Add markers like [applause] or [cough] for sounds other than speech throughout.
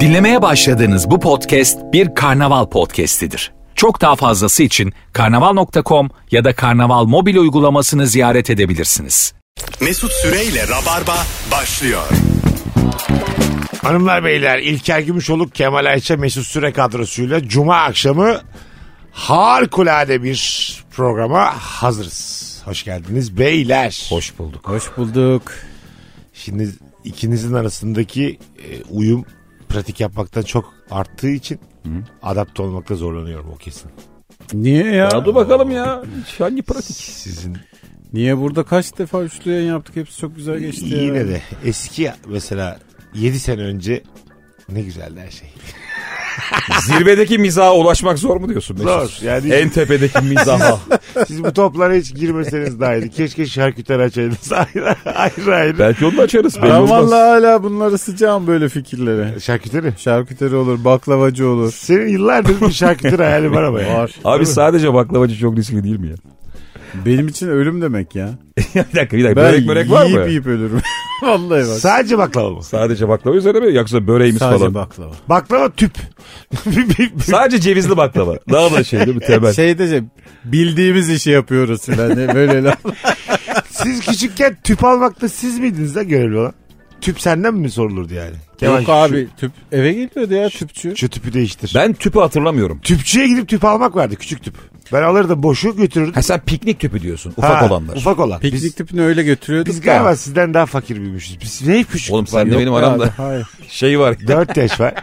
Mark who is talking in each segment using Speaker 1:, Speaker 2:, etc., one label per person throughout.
Speaker 1: Dinlemeye başladığınız bu podcast bir karnaval podcastidir. Çok daha fazlası için karnaval.com ya da karnaval mobil uygulamasını ziyaret edebilirsiniz.
Speaker 2: Mesut Süreyle Rabarba başlıyor.
Speaker 3: Hanımlar beyler İlker Gümüşoluk Kemal Ayça Mesut Süre kadrosuyla Cuma akşamı harikulade bir programa hazırız. Hoş geldiniz beyler.
Speaker 4: Hoş bulduk. Hoş bulduk.
Speaker 3: Şimdi ikinizin arasındaki e, uyum pratik yapmaktan çok arttığı için adapte olmakta zorlanıyorum o kesin.
Speaker 4: Niye ya?
Speaker 5: Ya dur bakalım ya. Hangi pratik?
Speaker 3: Sizin
Speaker 4: Niye burada kaç defa üçlü yayın yaptık hepsi çok güzel geçti. ya.
Speaker 3: yine de eski mesela 7 sene önce ne güzeldi her şey.
Speaker 5: Zirvedeki mizaha ulaşmak zor mu diyorsun Mesut?
Speaker 3: Zor, yani-
Speaker 5: En tepedeki
Speaker 3: [laughs]
Speaker 5: mizaha.
Speaker 3: Siz bu toplara hiç girmeseniz daha iyiydi. Keşke şarküteri açaydınız [laughs] ayrı ayrı. ayrı.
Speaker 5: Belki onu da açarız. Belli
Speaker 4: Ben
Speaker 5: olmaz.
Speaker 4: valla hala bunlara sıcağım böyle fikirlere.
Speaker 3: E, Şarküteri.
Speaker 4: Şarküteri olur, baklavacı olur.
Speaker 3: Senin yıllardır bir şarküteri hayali var ama ya.
Speaker 4: Var.
Speaker 5: Abi sadece baklavacı çok riskli değil mi ya? [laughs]
Speaker 4: Benim için ölüm demek ya.
Speaker 5: bir dakika bir
Speaker 4: Ben
Speaker 5: dakika. börek börek var mı?
Speaker 4: yiyip yiyip ölürüm. [laughs] Vallahi bak.
Speaker 3: Sadece baklava mı?
Speaker 5: Sadece baklava üzerine mi yoksa böreğimiz
Speaker 4: Sadece
Speaker 5: falan?
Speaker 4: baklava.
Speaker 3: Baklava tüp. [laughs] Bir- bir- bir-
Speaker 5: Sadece cevizli baklava. Daha da şey değil mi temel?
Speaker 4: Şey diyeceğim, bildiğimiz işi yapıyoruz filan diye
Speaker 3: [laughs]
Speaker 4: böyle laf.
Speaker 3: siz küçükken tüp almakta siz miydiniz lan görevli olan? Tüp senden mi sorulurdu yani? Kemal,
Speaker 4: Yok
Speaker 3: şu-
Speaker 4: abi tüp eve geliyordu ya tüpçü.
Speaker 3: Şu, tüpü değiştir.
Speaker 5: Ben tüpü hatırlamıyorum.
Speaker 3: Tüpçüye gidip tüp almak vardı küçük tüp. Ben alırdım boşu götürürdüm.
Speaker 5: Ha sen piknik tüpü diyorsun. Ufak
Speaker 3: Ha,
Speaker 5: olanlar.
Speaker 3: Ufak olan.
Speaker 4: Piknik
Speaker 3: biz,
Speaker 4: tüpünü öyle götürüyorduk
Speaker 3: biz
Speaker 4: da.
Speaker 3: galiba sizden daha fakir büyümüşüz. Biz ne hep küçük
Speaker 5: Oğlum
Speaker 3: tüp var
Speaker 5: sen
Speaker 3: ya?
Speaker 5: de benim
Speaker 4: Yok
Speaker 5: aramda
Speaker 4: abi, [laughs] Hayır.
Speaker 5: şey var.
Speaker 3: Dört yaş
Speaker 5: [laughs]
Speaker 3: var.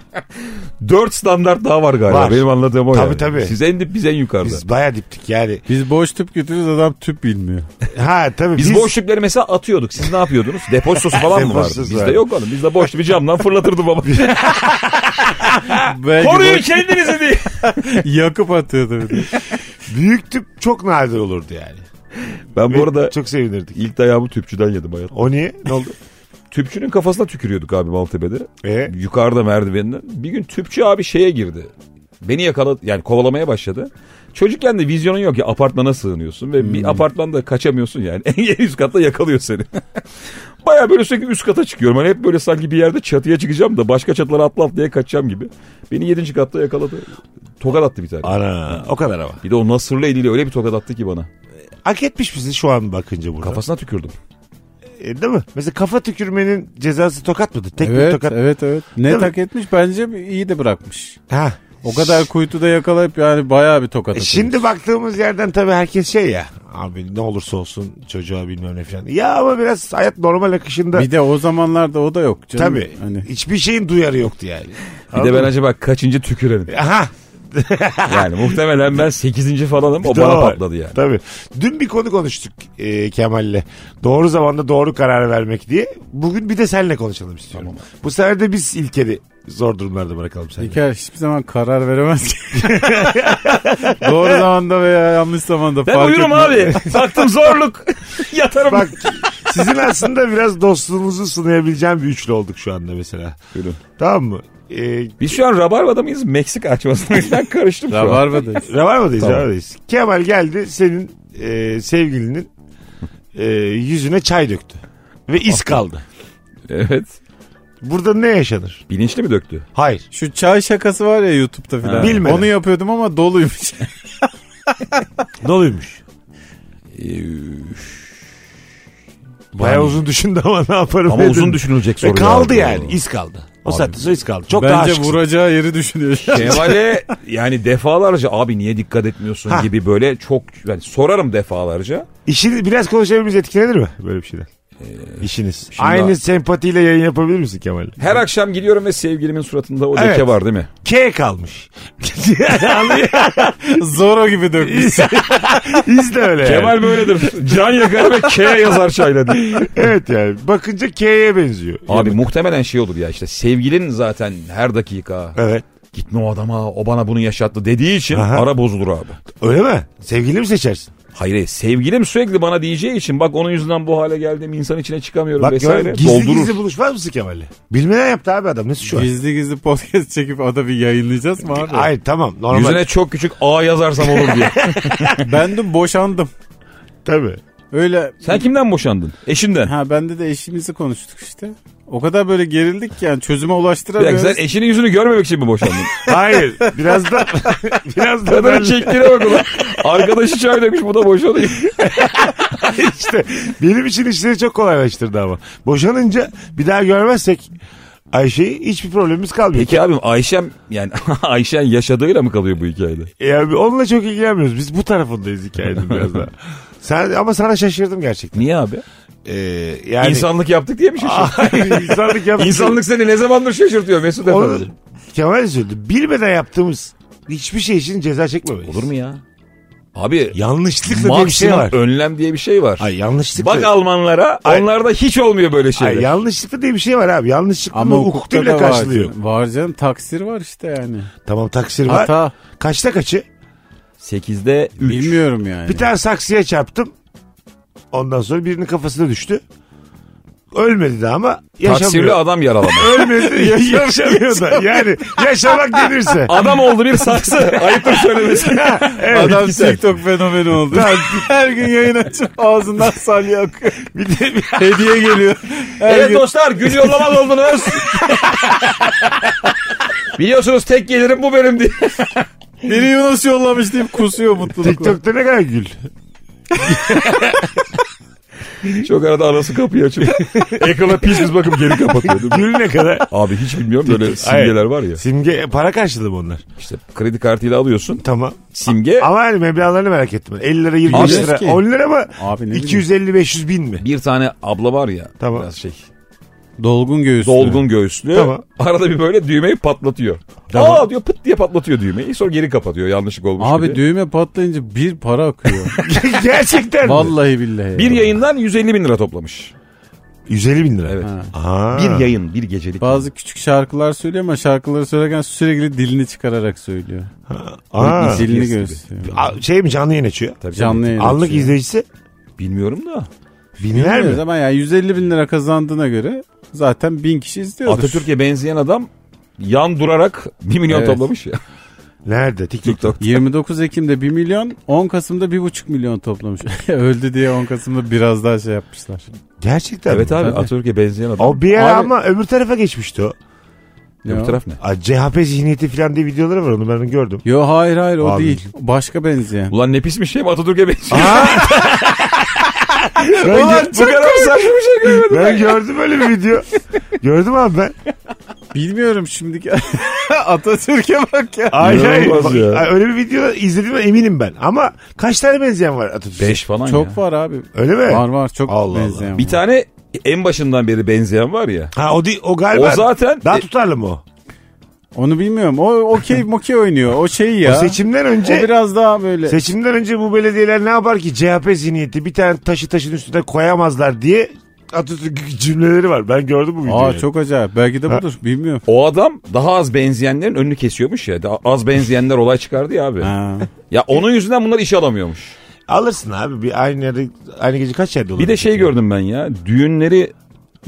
Speaker 5: Dört standart daha var galiba.
Speaker 3: Var.
Speaker 5: Benim anladığım o
Speaker 3: Tabii,
Speaker 5: yani.
Speaker 3: tabii.
Speaker 5: Siz en dip biz en yukarıda. Biz,
Speaker 3: Biz baya diptik yani.
Speaker 4: Biz boş tüp götürürüz adam tüp bilmiyor.
Speaker 3: Ha tabii biz,
Speaker 5: boş tüpleri mesela atıyorduk. Siz ne yapıyordunuz? Depozitosu falan mı vardı?
Speaker 3: Depozitosu
Speaker 5: Bizde
Speaker 3: vardı.
Speaker 5: yok oğlum. Bizde boş tüpü camdan fırlatırdı baba. [laughs]
Speaker 4: Belki
Speaker 5: Koruyun
Speaker 4: boş-
Speaker 5: kendinizi diye.
Speaker 4: [laughs] yakıp atıyordu. bir de.
Speaker 3: büyük tüp çok nadir olurdu yani.
Speaker 5: Ben bu arada
Speaker 3: çok sevinirdik.
Speaker 5: ilk dayağımı tüpçüden yedim hayat.
Speaker 3: O niye? Ne
Speaker 4: [laughs]
Speaker 3: oldu?
Speaker 5: Tüpçünün kafasına tükürüyorduk abi Maltepe'de.
Speaker 3: E?
Speaker 5: Yukarıda merdivenden. Bir gün tüpçü abi şeye girdi. Beni yakaladı yani kovalamaya başladı. Çocukken de vizyonun yok ya apartmana sığınıyorsun ve bir apartmanda kaçamıyorsun yani. [laughs] En üst katta yakalıyor seni. [laughs] Baya böyle sürekli üst kata çıkıyorum. Hani hep böyle sanki bir yerde çatıya çıkacağım da başka çatılara atla atlaya kaçacağım gibi. Beni yedinci katta yakaladı. Tokat attı bir tane.
Speaker 3: Ana o kadar ama.
Speaker 5: Bir de o nasırlı eliyle öyle bir tokat attı ki bana.
Speaker 3: Hak etmiş bizi şu an bakınca burada.
Speaker 5: Kafasına tükürdüm.
Speaker 3: E, değil mi? Mesela kafa tükürmenin cezası tokat mıdır? Tek bir
Speaker 4: Evet
Speaker 3: tokat.
Speaker 4: evet evet.
Speaker 3: Değil
Speaker 4: Ne
Speaker 3: mi?
Speaker 4: tak etmiş bence iyi de bırakmış.
Speaker 3: Ha.
Speaker 4: O kadar kuytuda yakalayıp yani bayağı bir tokat
Speaker 3: E,
Speaker 4: atıyor.
Speaker 3: Şimdi baktığımız yerden tabii herkes şey ya. Abi ne olursa olsun çocuğa bilmem ne falan. Ya ama biraz hayat normal akışında.
Speaker 4: Bir de o zamanlarda o da yok canım.
Speaker 3: tabii.
Speaker 4: Hani
Speaker 3: Hiçbir şeyin duyarı yoktu yani.
Speaker 5: Bir de ben acaba kaçıncı tükürenim?
Speaker 3: Aha.
Speaker 5: [laughs] Yani muhtemelen ben 8. falanım o bana
Speaker 3: Doğru.
Speaker 5: patladı yani.
Speaker 3: Tabii. Dün bir konu konuştuk e, Kemal'le. Doğru zamanda doğru karar vermek diye. Bugün bir de seninle konuşalım istiyorum. Bu sefer de biz İlker'i zor durumlarda bırakalım seni.
Speaker 4: İlker hiçbir zaman karar veremez
Speaker 3: [laughs]
Speaker 4: ki. Doğru zamanda veya yanlış zamanda
Speaker 5: Ben
Speaker 4: fark
Speaker 5: uyurum
Speaker 3: [laughs]
Speaker 4: etmez.
Speaker 5: abi. Baktım zorluk. Yatarım.
Speaker 3: Bak sizin aslında biraz dostluğunuzu sunayabileceğim bir üçlü olduk şu anda mesela.
Speaker 5: Buyurun.
Speaker 3: Tamam mı? Ee,
Speaker 5: Biz şu an Rabarba'da mıyız? Meksika açmasına ben karıştım şu an.
Speaker 4: Rabarba'dayız.
Speaker 3: Rabarba'dayız,
Speaker 5: Tamam.
Speaker 3: Rabarba'dayız. Kemal geldi senin e, sevgilinin e, yüzüne çay döktü. Ve
Speaker 5: Ah
Speaker 3: iz kaldı.
Speaker 5: Evet.
Speaker 3: Burada ne yaşanır?
Speaker 5: Bilinçli mi döktü?
Speaker 3: Hayır.
Speaker 4: Şu çay şakası var ya YouTube'da
Speaker 5: Ha.
Speaker 4: filan.
Speaker 3: Bilmedim.
Speaker 4: Onu yapıyordum ama doluymuş.
Speaker 3: Doluymuş.
Speaker 5: Ee,
Speaker 3: Bayağı
Speaker 5: Yani-
Speaker 3: uzun düşündü ama ne yaparım
Speaker 5: Ama
Speaker 3: dedim.
Speaker 5: uzun düşünülecek soru.
Speaker 3: Ve E, kaldı
Speaker 5: ya.
Speaker 3: yani. iz kaldı. O saatte sonra iz kaldı. Çok daha
Speaker 4: Bence
Speaker 3: aşıksın.
Speaker 4: vuracağı yeri düşünüyor.
Speaker 5: Kemal'e yani defalarca abi niye dikkat etmiyorsun
Speaker 3: Ha.
Speaker 5: gibi böyle çok ben sorarım defalarca.
Speaker 3: İşini biraz konuşabilmemiz etkilenir mi böyle bir şeyden? İşiniz.
Speaker 5: Ee, şimdi-
Speaker 3: Aynı sempatiyle yayın yapabilir misin Kemal?
Speaker 5: Her akşam gidiyorum ve sevgilimin suratında o leke
Speaker 3: Evet.
Speaker 5: var değil mi?
Speaker 3: K kalmış.
Speaker 5: [laughs]
Speaker 3: Anlıyor.
Speaker 4: Zoro gibi dökmüş.
Speaker 3: [laughs] İz de öyle. yani.
Speaker 5: Kemal böyledir. Can yakar ve K yazar çayla
Speaker 3: [laughs]
Speaker 5: diye.
Speaker 3: Evet yani. Bakınca K'ye benziyor.
Speaker 5: Abi muhtemelen şey olur ya işte sevgilin zaten her dakika
Speaker 3: Evet.
Speaker 5: gitme o adama o bana bunu yaşattı dediği için
Speaker 3: Aha.
Speaker 5: ara bozulur abi.
Speaker 3: Öyle mi? Sevgili mi seçersin?
Speaker 5: Hayır hayır, sevgilim sürekli bana diyeceği için bak onun yüzünden bu hale geldim insan içine çıkamıyorum
Speaker 3: Bak
Speaker 5: vesaire.
Speaker 3: gör, gizli
Speaker 5: Doldurur.
Speaker 3: gizli buluşmaz mısın Kemal'le? Bilmeden yaptı abi adam. Nasıl şu an?
Speaker 4: gizli gizli [laughs] podcast çekip ada bir yayınlayacağız mı abi?
Speaker 3: Hayır tamam normal.
Speaker 5: Yüzüne çok küçük A yazarsam olur [laughs] diye.
Speaker 4: Ben de boşandım.
Speaker 3: Tabii.
Speaker 4: Öyle
Speaker 5: Sen kimden boşandın? Eşinden.
Speaker 4: Ha bende de eşimizi konuştuk işte. O kadar böyle gerildik ki yani çözüme
Speaker 5: Bir dakika
Speaker 4: ulaştıramıyoruz.
Speaker 5: sen eşinin yüzünü görmemek için mi [laughs] boşandın?
Speaker 3: Hayır. Biraz da [laughs] biraz da ben
Speaker 5: Kadını çektiğine bak ulan. Arkadaşı çay dökmüş bu da boşanıyor.
Speaker 3: işte benim için işleri çok kolaylaştırdı ama. Boşanınca bir daha görmezsek Ayşe'yi hiçbir problemimiz kalmıyor.
Speaker 5: Peki abim Ayşem yani [laughs] Ayşen yaşadığıyla mı kalıyor bu hikayede?
Speaker 3: Yani onunla çok ilgilenmiyoruz. Biz bu tarafındayız
Speaker 5: [laughs]
Speaker 3: hikayenin biraz daha. Sen, ama sana şaşırdım gerçekten.
Speaker 5: Niye abi?
Speaker 3: Ee, yani...
Speaker 5: İnsanlık yaptık diye mi şaşırtıyor?
Speaker 3: Hayır, insanlık yaptık.
Speaker 5: İnsanlık seni ne zamandır şaşırtıyor Mesut
Speaker 3: Onu,
Speaker 5: Efendi?
Speaker 3: Kemal söyledi. Bilmeden yaptığımız hiçbir şey için ceza çekmemeyiz.
Speaker 5: Olur mu ya? Abi
Speaker 3: Yanlışlıkla diye bir şey
Speaker 5: maksimum
Speaker 3: var.
Speaker 5: önlem diye bir şey var.
Speaker 3: Ay yanlışlıkla.
Speaker 5: Bak Almanlara
Speaker 3: Ay.
Speaker 5: onlarda hiç olmuyor böyle şeyler.
Speaker 3: Ay, yanlışlıkla diye bir şey var abi. Yanlışlıkla
Speaker 4: Ama
Speaker 3: Ama
Speaker 4: hukukta
Speaker 3: hukukta bile
Speaker 4: da
Speaker 3: karşılıyor.
Speaker 4: Var, canım. var canım taksir var işte yani.
Speaker 3: Tamam taksir var.
Speaker 4: Hata.
Speaker 3: Kaçta kaçı?
Speaker 5: 8'de 3.
Speaker 4: Bilmiyorum yani.
Speaker 3: Bir tane saksıya çarptım. Ondan sonra birinin kafasına düştü. Ölmedi de ama
Speaker 5: Taksirli
Speaker 3: yaşamıyor.
Speaker 5: adam yaralama.
Speaker 3: Ölmedi yaşamıyor da. Yani yaşamak denirse.
Speaker 5: [laughs] [laughs] adam oldu bir [laughs] saksı. Ayıptır söylemesi.
Speaker 4: Adam
Speaker 5: bitkisel.
Speaker 4: TikTok fenomeni oldu. Her gün yayın açıp ağzından
Speaker 3: [laughs]
Speaker 4: salya akıyor.
Speaker 3: Bir de bir-
Speaker 4: Hediye geliyor. Her
Speaker 5: Evet
Speaker 4: gün-
Speaker 5: dostlar gül yollamaz oldunuz. [laughs] Biliyorsunuz tek gelirim bu benim diye.
Speaker 4: Biri Yunus yollamış deyip kusuyor mutlulukla.
Speaker 3: TikTok'ta ne kadar gül.
Speaker 5: [laughs] Çok arada anası kapıyı açıp [laughs] ekrana pis pis bakıp geri kapatıyordu.
Speaker 3: Gül ne kadar.
Speaker 5: [laughs] Abi hiç bilmiyorum böyle simgeler
Speaker 3: Hayır.
Speaker 5: var ya.
Speaker 3: Simge para karşılığı mı onlar?
Speaker 5: İşte kredi kartıyla alıyorsun
Speaker 3: Tamam.
Speaker 5: simge
Speaker 3: Ama hani meblağlarını merak ettim. 50 lira 25
Speaker 5: Abi-
Speaker 3: lira. 10 lira mı?
Speaker 4: Abi ne
Speaker 3: 250-500 bin
Speaker 5: [laughs]
Speaker 3: mi?
Speaker 5: bir tane abla var ya
Speaker 3: Tamam.
Speaker 5: biraz şey
Speaker 4: Dolgun göğüslü.
Speaker 5: dolgun göğüslü
Speaker 3: Tamam.
Speaker 5: arada bir böyle düğmeyi patlatıyor.
Speaker 3: Tamam.
Speaker 5: Aa diyor pıt diye patlatıyor düğmeyi sonra geri kapatıyor yanlışlık olmuş
Speaker 4: Abi
Speaker 5: gibi.
Speaker 4: düğme patlayınca bir para akıyor.
Speaker 3: Gerçekten mi?
Speaker 4: Vallahi billahi.
Speaker 5: bir yayından 150 bin lira toplamış.
Speaker 3: 150 bin lira.
Speaker 5: Evet.
Speaker 3: Aa.
Speaker 5: Bir yayın bir gecelik.
Speaker 4: Bazı küçük şarkılar söylüyor ama şarkıları söylerken sürekli dilini çıkararak söylüyor.
Speaker 3: Aa.
Speaker 4: dilini
Speaker 5: yes
Speaker 4: gösteriyor.
Speaker 3: A- Şey mi canlı yayın açıyor?
Speaker 5: Tabii
Speaker 4: Canlı
Speaker 5: tabii.
Speaker 4: yayın
Speaker 3: Anlık
Speaker 4: açıyor.
Speaker 3: izleyicisi
Speaker 5: Bilmiyorum da.
Speaker 3: binler
Speaker 4: Bilmiyoruz
Speaker 3: mi?
Speaker 4: ama yani 150 bin lira kazandığına göre zaten bin kişi izliyordur.
Speaker 5: Atatürk'e benzeyen adam yan durarak 1 milyon
Speaker 4: Evet.
Speaker 3: [laughs]
Speaker 5: toplamış ya.
Speaker 3: Nerede? TikTok'ta.
Speaker 5: TikTok.
Speaker 4: 29 Ekim'de 1 milyon, 10 Kasım'da 1,5 milyon toplamış.
Speaker 3: [laughs]
Speaker 4: [laughs] Öldü diye 10 Kasım'da biraz daha şey yapmışlar.
Speaker 3: Gerçekten
Speaker 5: Evet
Speaker 3: mi?
Speaker 5: abi Atatürk'e benzeyen adam.
Speaker 3: O bir ara
Speaker 5: Abi,
Speaker 3: ama öbür tarafa geçmişti o.
Speaker 5: öbür
Speaker 4: Yo.
Speaker 5: taraf ne?
Speaker 3: Aa, CHP zihniyeti falan diye videoları var onu ben
Speaker 5: [laughs]
Speaker 3: gördüm.
Speaker 4: Yo hayır hayır o
Speaker 3: Abi.
Speaker 4: değil. Başka benzeyen.
Speaker 5: Ulan ne pismiş şey mi Atatürk'e benziyor.
Speaker 3: Ben, gö-
Speaker 5: bu kadar saçma bir şey görmedim.
Speaker 3: ben gördüm öyle bir video. gördüm abi ben.
Speaker 4: Bilmiyorum şimdiki [laughs] Atatürk'e bak ya.
Speaker 3: Ay, ay,
Speaker 5: İnanılmaz
Speaker 3: bak-
Speaker 5: ya.
Speaker 3: ay, öyle bir video izledim eminim ben. Ama kaç tane benzeyen var Atatürk'e?
Speaker 5: 5 falan
Speaker 4: Çok
Speaker 5: ya.
Speaker 4: var abi.
Speaker 3: Öyle mi?
Speaker 4: Var var çok
Speaker 3: Allah Allah.
Speaker 4: benzeyen.
Speaker 5: Bir
Speaker 4: var.
Speaker 5: tane en başından beri benzeyen var ya.
Speaker 3: Ha o, di- o galiba.
Speaker 5: O zaten-
Speaker 3: Daha
Speaker 5: e-
Speaker 3: tutarlı mı o?
Speaker 4: Onu bilmiyorum. O okey mokey oynuyor. O şey ya.
Speaker 3: O seçimden önce
Speaker 4: O biraz daha böyle.
Speaker 3: seçimden önce bu belediyeler ne yapar ki CHP zihniyeti bir tane taşı taşın üstüne koyamazlar diye Atatürk [laughs] cümleleri var. Ben gördüm bu videoyu.
Speaker 4: Aa çok acayip. Belki de budur. Bilmiyorum.
Speaker 5: O adam daha az benzeyenlerin önünü kesiyormuş ya. Daha az benzeyenler olay çıkardı ya abi.
Speaker 4: Ha.
Speaker 5: Ya onun yüzünden bunlar iş alamıyormuş.
Speaker 3: Alırsın abi bir aynı yerde aynı gece kaç yerde olur?
Speaker 5: Bir de şey gördüm ben ya. Düğünleri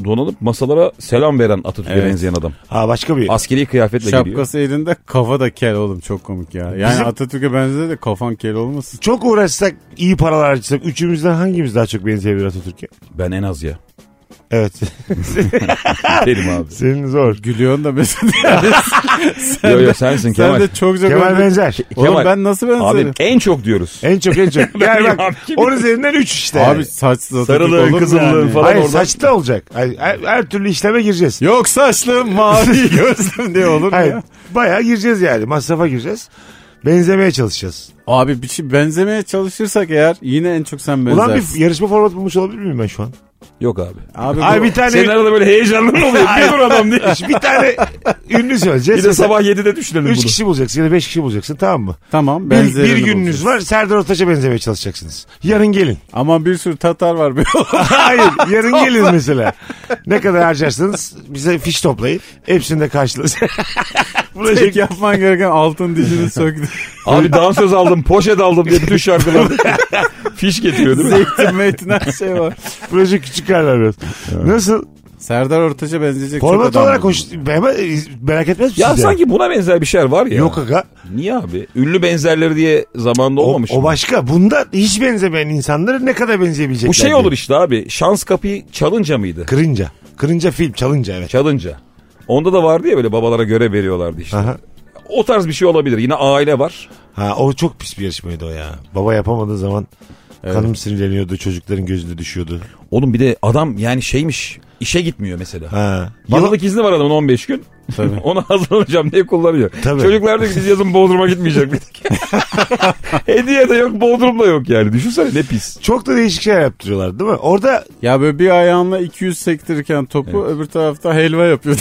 Speaker 5: donanıp masalara selam veren Atatürk'e
Speaker 4: Evet.
Speaker 5: benzeyen adam.
Speaker 3: Ha başka bir.
Speaker 5: Askeri kıyafetle geliyor.
Speaker 4: Şapkası elinde kafa da kel oğlum çok komik ya. Yani
Speaker 3: Bizim-
Speaker 4: Atatürk'e benzer de kafan kel olmasın.
Speaker 3: çok uğraşsak iyi paralar harcasak üçümüzden hangimiz daha çok benzeyebilir Atatürk'e?
Speaker 5: Ben en
Speaker 4: [laughs]
Speaker 5: az ya.
Speaker 3: Evet. [laughs]
Speaker 5: Derim abi.
Speaker 3: Senin zor.
Speaker 4: Gülüyorsun da mesela.
Speaker 5: Yo yo
Speaker 4: Sen
Speaker 5: sensin Kemal.
Speaker 4: de çok çok
Speaker 3: Kemal
Speaker 4: öyle-
Speaker 3: benzer.
Speaker 4: Oğlum
Speaker 5: Kemal.
Speaker 4: ben nasıl benzerim?
Speaker 5: Abi en çok diyoruz.
Speaker 4: E-
Speaker 3: En çok en
Speaker 4: [laughs]
Speaker 3: çok. Yani
Speaker 5: Bilmiyorum
Speaker 3: bak
Speaker 5: abi, kim
Speaker 3: onun üzerinden 3 işte.
Speaker 4: Abi saçsız Atatürk
Speaker 5: Sarılığın,
Speaker 4: olur mu
Speaker 5: kızıllığın
Speaker 4: yani?
Speaker 5: falan.
Speaker 3: Hayır
Speaker 5: oradan-
Speaker 3: saçta olacak. Hayır, Her, her türlü işleme gireceğiz.
Speaker 4: Yok
Speaker 3: [laughs]
Speaker 4: saçlı mavi gözlüm diye olur mu
Speaker 3: Hayır,
Speaker 4: ya?
Speaker 3: bayağı gireceğiz yani. Masrafa gireceğiz. Benzemeye çalışacağız.
Speaker 4: Abi bir şey benzemeye çalışırsak eğer yine en çok sen benzersin.
Speaker 3: Ulan bir yarışma formatı bulmuş olabilir miyim ben şu an?
Speaker 5: Yok abi.
Speaker 4: Abi bu-
Speaker 3: Ay bir tane
Speaker 5: Senin arada böyle heyecanlı mı oluyor? Bir dur adam diye.
Speaker 3: bir tane [laughs] ünlü söyleyeceğiz.
Speaker 4: şey-
Speaker 5: Bir de sabah 7'de düşünelim bunu.
Speaker 3: 3 kişi bulacaksın ya da 5 kişi bulacaksın tamam mı?
Speaker 4: Tamam
Speaker 3: Bir,
Speaker 4: benzerini
Speaker 3: bir gününüz
Speaker 4: bulacağız.
Speaker 3: var Serdar Ortaç'a benzemeye çalışacaksınız. Yarın gelin. [laughs]
Speaker 4: Aman bir sürü Tatar var. [laughs]
Speaker 3: Hayır yarın gelin mesela. Ne kadar harcarsanız bize fiş toplayın. Hepsini de karşılarız.
Speaker 4: Tek yapman gereken
Speaker 3: [laughs]
Speaker 4: altın dişini söktü.
Speaker 5: Abi dansöz aldım, poşet aldım diye
Speaker 4: [laughs]
Speaker 5: bütün şarkıları. Fiş getiriyor değil mi?
Speaker 4: Zeytin meytin [laughs] her şey var.
Speaker 3: Proje küçük karlar biraz. Nasıl?
Speaker 4: Serdar Ortaç'a benzeyecek çok
Speaker 3: Format
Speaker 4: adam
Speaker 3: olarak
Speaker 4: var.
Speaker 3: hoş. Hemen- Merak etmez misiniz?
Speaker 5: Ya sanki buna benzer bir şeyler var ya.
Speaker 3: Yok aga.
Speaker 5: Niye abi? Ünlü benzerleri diye zamanda
Speaker 3: O,
Speaker 5: olmamış.
Speaker 3: o
Speaker 5: mı?
Speaker 3: başka. Bunda hiç benzemeyen insanları ne kadar benzeyebilecekler.
Speaker 5: Bu şey
Speaker 3: diye.
Speaker 5: olur işte abi. Şans kapıyı çalınca mıydı?
Speaker 3: Kırınca. Kırınca film çalınca evet.
Speaker 5: Çalınca. Onda da vardı ya böyle babalara göre veriyorlardı işte.
Speaker 3: Aha.
Speaker 5: O tarz bir şey olabilir. Yine aile var.
Speaker 3: Ha, o çok pis bir yarışmaydı o ya. Baba yapamadığı zaman kanım sinirleniyordu çocukların gözünde düşüyordu.
Speaker 5: Oğlum bir de adam yani şeymiş işe gitmiyor mesela.
Speaker 3: Ha. Bana-
Speaker 5: Yıllık izni var adamın 15 gün. [laughs] Onu hazırlanacağım diye kullanıyor.
Speaker 3: Tabii.
Speaker 5: Çocuklar diyor ki biz yazın Bodrum'a gitmeyecek dedik. [laughs] Hediye de yok Bodrum da yok yani. Düşünsene ne pis.
Speaker 3: Çok da değişik şeyler yaptırıyorlar değil mi? Orada
Speaker 4: Ya böyle bir ayağınla 200 sektirirken topu öbür tarafta helva yapıyor.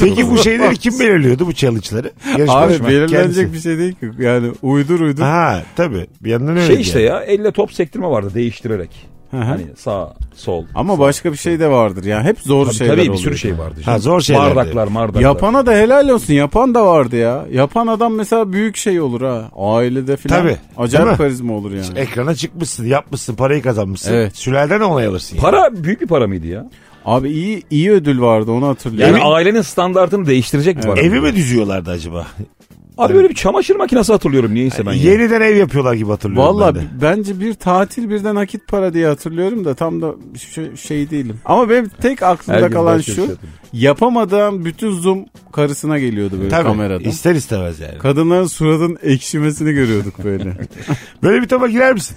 Speaker 3: peki bu şeyleri kim belirliyordu bu challenge'ları?
Speaker 4: Abi
Speaker 3: Yarışma-
Speaker 4: belirlenecek
Speaker 3: kendisi.
Speaker 4: bir şey değil ki. Yani uydur uydur.
Speaker 3: Ha tabii bir yandan öyle.
Speaker 5: Şey işte ya elle top sektirme vardı değiştirerek.
Speaker 4: Hı hı.
Speaker 5: Hani sağ sol.
Speaker 4: Ama başka bir şey de vardır ya. Hep zor
Speaker 5: Tabii,
Speaker 4: şeyler
Speaker 5: tabii bir
Speaker 4: oluyor.
Speaker 5: sürü şey vardı.
Speaker 3: Ha, zor şeylerdi.
Speaker 5: Bardaklar mardaklar.
Speaker 4: Yapana da helal olsun. Yapan da vardı ya. Yapan adam mesela büyük şey olur ha. Ailede filan.
Speaker 3: Tabii. Değil mi?
Speaker 4: Acayip karizma olur yani.
Speaker 3: Ekrana çıkmışsın, yapmışsın, parayı kazanmışsın.
Speaker 4: Evet.
Speaker 3: Sülalden onay alırsın. yani.
Speaker 5: Para büyük bir para mıydı ya?
Speaker 4: Abi iyi iyi ödül vardı onu hatırlıyorum.
Speaker 5: Yani ailenin standartını değiştirecek bir para.
Speaker 3: Evi mi düzüyorlardı acaba?
Speaker 5: Abi böyle bir çamaşır makinesi hatırlıyorum niyeyse ben. ya.
Speaker 3: Yeniden ev yapıyorlar gibi hatırlıyorum
Speaker 4: Valla
Speaker 3: ben de.
Speaker 4: bence bir tatil birden nakit para diye hatırlıyorum da tam da şey, şey değilim. Ama benim tek aklımda
Speaker 5: Herkes
Speaker 4: kalan
Speaker 5: başka bir şey
Speaker 4: şu
Speaker 5: hatırlıyor.
Speaker 4: yapamadığım bütün zoom karısına geliyordu böyle
Speaker 3: Tabii
Speaker 4: kamerada.
Speaker 3: ister istemez yani.
Speaker 4: Kadınların suratın ekşimesini
Speaker 3: [laughs]
Speaker 4: görüyorduk böyle.
Speaker 3: Böyle bir topa girer misin?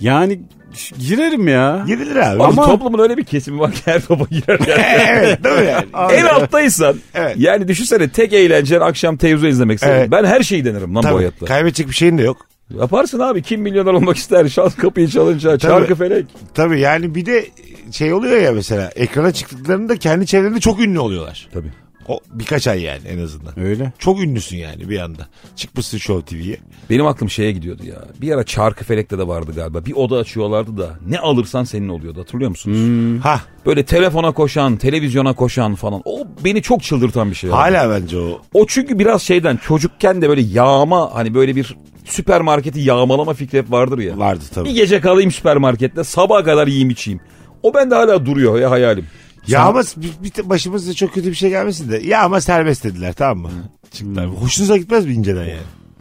Speaker 4: yani ş- girerim ya.
Speaker 3: Gidilir abi.
Speaker 5: Abi
Speaker 4: Ama-
Speaker 5: toplumun öyle bir kesimi var ki her topa girer yani.
Speaker 3: [laughs] evet değil mi
Speaker 4: [laughs]
Speaker 3: yani?
Speaker 5: en alttaysan
Speaker 3: Evet.
Speaker 5: yani düşünsene tek eğlencen akşam televizyon izlemek senin.
Speaker 3: Evet.
Speaker 5: Ben her şeyi denerim lan bu
Speaker 3: Tabii,
Speaker 5: hayatta.
Speaker 3: kaybedecek bir şeyin de yok.
Speaker 5: Yaparsın abi kim milyoner olmak ister şans kapıyı çalınca çarkı felek.
Speaker 3: Tabii yani bir de şey oluyor ya mesela ekrana çıktıklarında kendi çevrelerinde çok ünlü oluyorlar.
Speaker 5: Tabii.
Speaker 3: O birkaç ay yani en azından.
Speaker 4: Öyle.
Speaker 3: Çok ünlüsün yani bir anda. Çıkmışsın Show TV'ye.
Speaker 5: Benim aklım şeye gidiyordu ya. Bir ara çarkı felekte de vardı galiba. Bir oda açıyorlardı da ne alırsan senin oluyordu hatırlıyor musunuz?
Speaker 3: Ha
Speaker 5: Böyle telefona koşan, televizyona koşan falan. O beni çok çıldırtan bir şey. abi.
Speaker 3: hala bence o.
Speaker 5: O çünkü biraz şeyden çocukken de böyle yağma hani böyle bir süpermarketi yağmalama fikri hep vardır ya.
Speaker 3: Vardı tabii.
Speaker 5: Bir gece kalayım süpermarkette sabaha kadar yiyeyim içeyim. O bende hala duruyor ya hayalim.
Speaker 3: Yağma bir- bir te- başımıza çok kötü bir şey gelmesin de yağma serbest dediler tamam mı? Çıktılar. Hoşunuza gitmez mi inceden yani?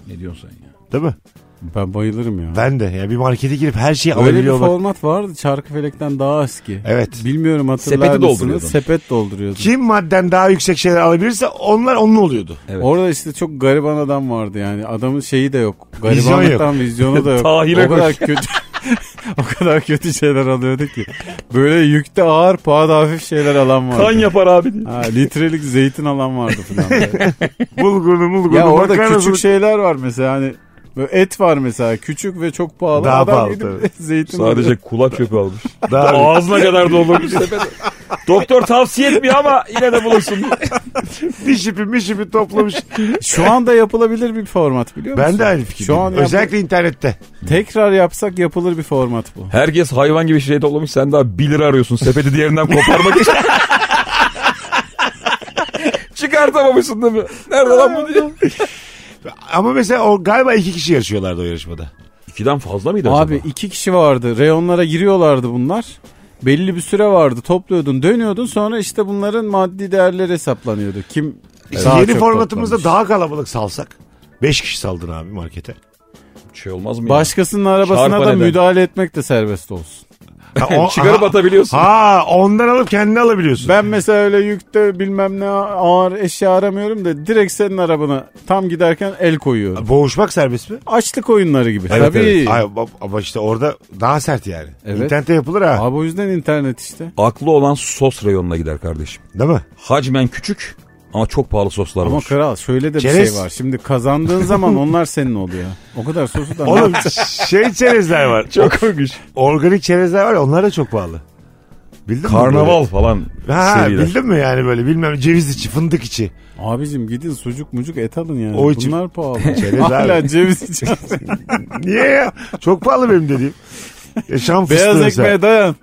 Speaker 5: Ne diyorsun sen ya?
Speaker 3: Değil mi?
Speaker 4: Ben bayılırım ya.
Speaker 3: Ben de. Yani bir markete girip her şeyi
Speaker 4: Öyle bir
Speaker 3: alabiliyor olmak.
Speaker 4: format vardı Çarkıfelek'ten daha eski.
Speaker 3: Evet.
Speaker 4: Bilmiyorum hatırlar
Speaker 5: Sepeti
Speaker 4: mısınız?
Speaker 5: dolduruyordun.
Speaker 4: Sepet dolduruyordun.
Speaker 3: Kim madden daha yüksek şeyler alabilirse onlar onun oluyordu.
Speaker 5: Evet.
Speaker 4: Orada işte çok gariban adam vardı yani. Adamın şeyi de yok.
Speaker 3: Vizyon
Speaker 4: Garibanlıktan
Speaker 3: [laughs]
Speaker 4: vizyonu da yok.
Speaker 5: Tahire
Speaker 4: o kadar
Speaker 5: koş.
Speaker 4: kötü. [laughs] o kadar kötü şeyler alıyordu ki. Böyle yükte ağır, pahada hafif şeyler alan vardı.
Speaker 5: Kan yapar abi diye.
Speaker 4: Ha, litrelik zeytin alan vardı
Speaker 3: [laughs]
Speaker 4: falan. böyle.
Speaker 3: Bulgurlu mulgurlu.
Speaker 4: ya orada
Speaker 3: makarnasını-
Speaker 4: küçük şeyler var mesela hani böyle et var mesela küçük ve çok pahalı.
Speaker 3: Daha
Speaker 4: Adam
Speaker 3: pahalı
Speaker 4: gidip
Speaker 3: tabii.
Speaker 4: [laughs] zeytin alıyor.
Speaker 5: Sadece kulak çöpü almış.
Speaker 3: Daha
Speaker 5: Ağzına kadar doldurmuş sepeti. [laughs] Doktor tavsiye etmiyor ama yine de bulursun.
Speaker 4: şey-
Speaker 3: diş ipi miş ipi
Speaker 4: [laughs]
Speaker 3: toplamış.
Speaker 4: Şu anda yapılabilir bir format biliyor musun?
Speaker 3: ben de aynı fikirdeyim.
Speaker 4: Şu an yap-
Speaker 3: Özellikle internette.
Speaker 4: tekrar yapsak yapılır bir format bu.
Speaker 5: Herkes hayvan gibi şey toplamış sen daha 1 lira arıyorsun sepeti diğerinden koparmak için. Çıkartamamışsın değil mi? Nerede lan bu diye.
Speaker 3: Ama mesela o galiba iki kişi yarışıyorlardı o yarışmada.
Speaker 5: İkiden fazla mıydı acaba?
Speaker 4: Abi iki kişi vardı. Reyonlara giriyorlardı bunlar. Belli bir süre vardı. Topluyordun, dönüyordun. Sonra işte bunların maddi değerleri hesaplanıyordu. Kim daha
Speaker 3: Yeni
Speaker 4: çok
Speaker 3: formatımızda
Speaker 4: toplamış.
Speaker 3: daha kalabalık salsak. Beş kişi saldın abi
Speaker 4: [laughs]
Speaker 3: markete.
Speaker 5: şey olmaz mı? Baş...
Speaker 4: başkasının arabasına
Speaker 5: Şarpa
Speaker 4: da
Speaker 5: neden?
Speaker 4: müdahale etmek de serbest olsun.
Speaker 3: Ha, o-
Speaker 5: Çıkarıp
Speaker 3: aha.
Speaker 5: atabiliyorsun.
Speaker 3: Ha ondan alıp kendini alabiliyorsun.
Speaker 4: Ben mesela öyle yükte bilmem ne ağır eşya aramıyorum da direkt senin arabana tam giderken el koyuyorum.
Speaker 3: Boğuşmak serbest mi?
Speaker 4: Açlık oyunları gibi. Tabii.
Speaker 3: Ay, ba- ama işte orada daha sert yani.
Speaker 4: Evet.
Speaker 3: İnternette yapılır ha.
Speaker 4: Abi o yüzden internet işte.
Speaker 5: Aklı olan sos reyonuna gider kardeşim.
Speaker 3: Değil mi?
Speaker 5: Hacmen küçük ama çok pahalı soslar
Speaker 4: Ama
Speaker 5: var.
Speaker 4: kral şöyle de bir
Speaker 3: Çerez.
Speaker 4: şey var. Şimdi kazandığın zaman [laughs] onlar senin oluyor. O kadar sosu da [laughs]
Speaker 3: Oğlum şey çerezler var.
Speaker 5: Çok komik.
Speaker 3: Organik çerezler var ya onlar da çok pahalı. Bildin
Speaker 5: Karnaval
Speaker 3: mi?
Speaker 5: falan
Speaker 3: böyle? Ha,
Speaker 5: seriler.
Speaker 3: bildin mi yani böyle bilmem ceviz içi fındık içi. [laughs]
Speaker 4: Abicim gidin sucuk mucuk et alın yani.
Speaker 3: O için-
Speaker 4: Bunlar pahalı.
Speaker 3: Çerez abi.
Speaker 4: Hala ceviz içeceğim.
Speaker 3: Niye ya? Çok pahalı benim dediğim. Ya şam fıstığı
Speaker 4: [laughs] Beyaz
Speaker 3: mesela. E,
Speaker 4: ekmeğe dayan.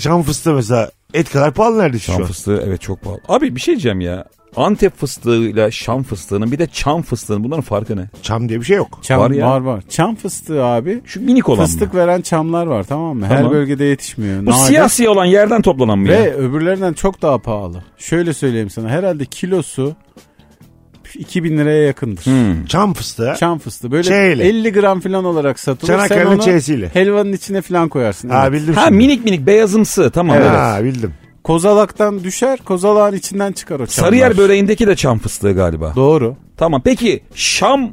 Speaker 3: Şam fıstığı mesela. Et kadar pahalı neredeyse şu
Speaker 5: Şam
Speaker 3: an.
Speaker 5: fıstığı evet çok pahalı. Abi bir şey diyeceğim ya. Antep fıstığıyla şam fıstığının bir de çam fıstığının bunların farkı ne?
Speaker 3: Çam diye bir şey yok.
Speaker 4: Çam
Speaker 5: Var
Speaker 4: var,
Speaker 5: ya.
Speaker 4: var Çam fıstığı abi.
Speaker 5: Şu minik olan
Speaker 4: Fıstık
Speaker 5: mı?
Speaker 4: veren çamlar var tamam mı?
Speaker 5: Tamam.
Speaker 4: Her bölgede yetişmiyor.
Speaker 5: Bu
Speaker 4: Nadir.
Speaker 5: siyah siyah olan yerden toplanan mı ya?
Speaker 4: Ve öbürlerinden çok daha pahalı. Şöyle söyleyeyim sana. Herhalde kilosu hep 2000 liraya yakındır.
Speaker 5: Hmm.
Speaker 3: Çam fıstığı.
Speaker 4: Çam fıstığı böyle
Speaker 3: Çeyli.
Speaker 4: 50 gram falan olarak satılır. Sen
Speaker 3: Çanakkale'nin
Speaker 4: onu
Speaker 3: çeyiziyle.
Speaker 4: helvanın içine falan koyarsın.
Speaker 3: Ha
Speaker 4: Evet.
Speaker 3: bildim
Speaker 5: Ha
Speaker 3: şimdi.
Speaker 5: minik minik beyazımsı tamam evet.
Speaker 3: Ha bildim.
Speaker 4: Kozalaktan düşer, kozalağın içinden çıkar o çamlar.
Speaker 5: Sarıyer böreğindeki de çam fıstığı galiba.
Speaker 4: Doğru.
Speaker 5: Tamam peki Şam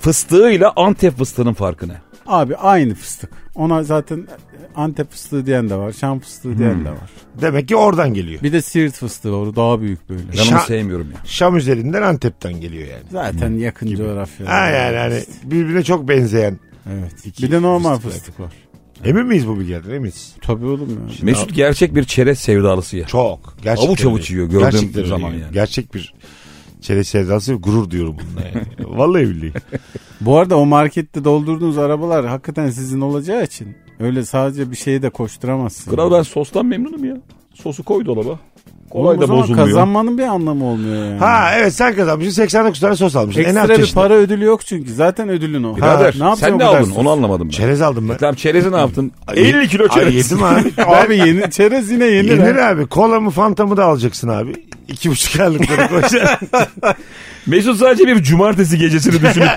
Speaker 5: fıstığıyla Antep fıstığının farkı ne?
Speaker 4: Abi aynı fıstık. Ona zaten Antep fıstığı diyen de var, Şam fıstığı diyen de var.
Speaker 3: Demek ki oradan geliyor.
Speaker 4: Hmm. Bir de Siirt fıstığı var, o daha büyük böyle.
Speaker 5: Ben onu
Speaker 3: Şa-
Speaker 5: sevmiyorum ya.
Speaker 3: Şam üzerinden Antep'ten geliyor yani.
Speaker 4: Zaten yakın coğrafya.
Speaker 3: Ha
Speaker 5: Hmm.
Speaker 3: yani hani birbirine çok benzeyen.
Speaker 4: Evet.
Speaker 3: İki
Speaker 4: Bir de normal
Speaker 3: fıstık
Speaker 4: fıstık var.
Speaker 3: Emin miyiz bu bilgilerden? Eminiz.
Speaker 4: Tabii oğlum ya.
Speaker 5: Mesut gerçek bir çerez sevdalısı ya.
Speaker 3: Çok. Gerçekten
Speaker 5: Avuç avuç
Speaker 3: öyle.
Speaker 5: yiyor gördüğüm
Speaker 3: Gerçekten öyle
Speaker 5: zaman yani.
Speaker 3: Gerçek bir çerez sevdası gurur diyorum bununla
Speaker 5: [laughs]
Speaker 3: yani. Vallahi billahi.
Speaker 4: Bu arada o markette doldurduğunuz arabalar hakikaten sizin olacağı için öyle sadece bir şeye de koşturamazsın.
Speaker 5: Kral ben sostan memnunum ya. Sosu koy dolaba. Kolay
Speaker 4: Oğlum o
Speaker 5: da
Speaker 4: zaman
Speaker 5: bozulmuyor.
Speaker 4: kazanmanın bir anlamı olmuyor yani.
Speaker 3: Ha evet sen kazanmışsın 89 tane sos almışsın. E, en
Speaker 4: Ekstra
Speaker 3: alt
Speaker 4: bir
Speaker 3: çeşidi.
Speaker 4: para ödülü yok çünkü. Zaten ödülün o.
Speaker 5: Birader
Speaker 4: ne yapacaksın
Speaker 5: sen
Speaker 4: o
Speaker 5: ne
Speaker 4: kadar
Speaker 5: aldın
Speaker 4: sos?
Speaker 5: onu anlamadım ben.
Speaker 3: Çerez aldım ben.
Speaker 5: Tamam çerezi ne yaptın?
Speaker 3: Ay,
Speaker 5: 50 kilo
Speaker 3: ay,
Speaker 5: çerez.
Speaker 3: yedim abi.
Speaker 4: Abi yeni çerez yine yenir.
Speaker 3: Yenir
Speaker 4: ha.
Speaker 3: abi. Kola mı fanta mı da alacaksın abi. İki buçuk aylıkları
Speaker 5: [laughs]
Speaker 3: koyacaksın.
Speaker 5: [laughs] Mesut sadece bir cumartesi gecesini düşünüp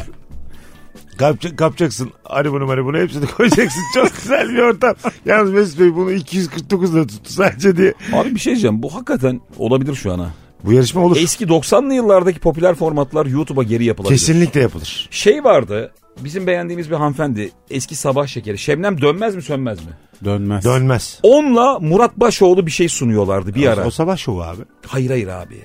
Speaker 3: Kapça- kapacaksın. Hadi bunu hadi bunu hepsini koyacaksın. [laughs] Çok güzel bir ortam. Yalnız Mesut Bey bunu 249 lira tuttu sadece diye.
Speaker 5: Abi bir şey diyeceğim bu hakikaten olabilir şu an ha.
Speaker 3: Bu yarışma olur.
Speaker 5: Eski 90'lı yıllardaki popüler formatlar YouTube'a geri yapılabilir.
Speaker 3: Kesinlikle yapılır.
Speaker 5: Şey vardı bizim beğendiğimiz bir hanımefendi eski sabah şekeri Şebnem dönmez mi sönmez mi?
Speaker 4: Dönmez.
Speaker 3: Dönmez.
Speaker 5: Onunla Murat Başoğlu bir şey sunuyorlardı bir ara.
Speaker 3: O sabah şovu abi.
Speaker 5: Hayır hayır abi.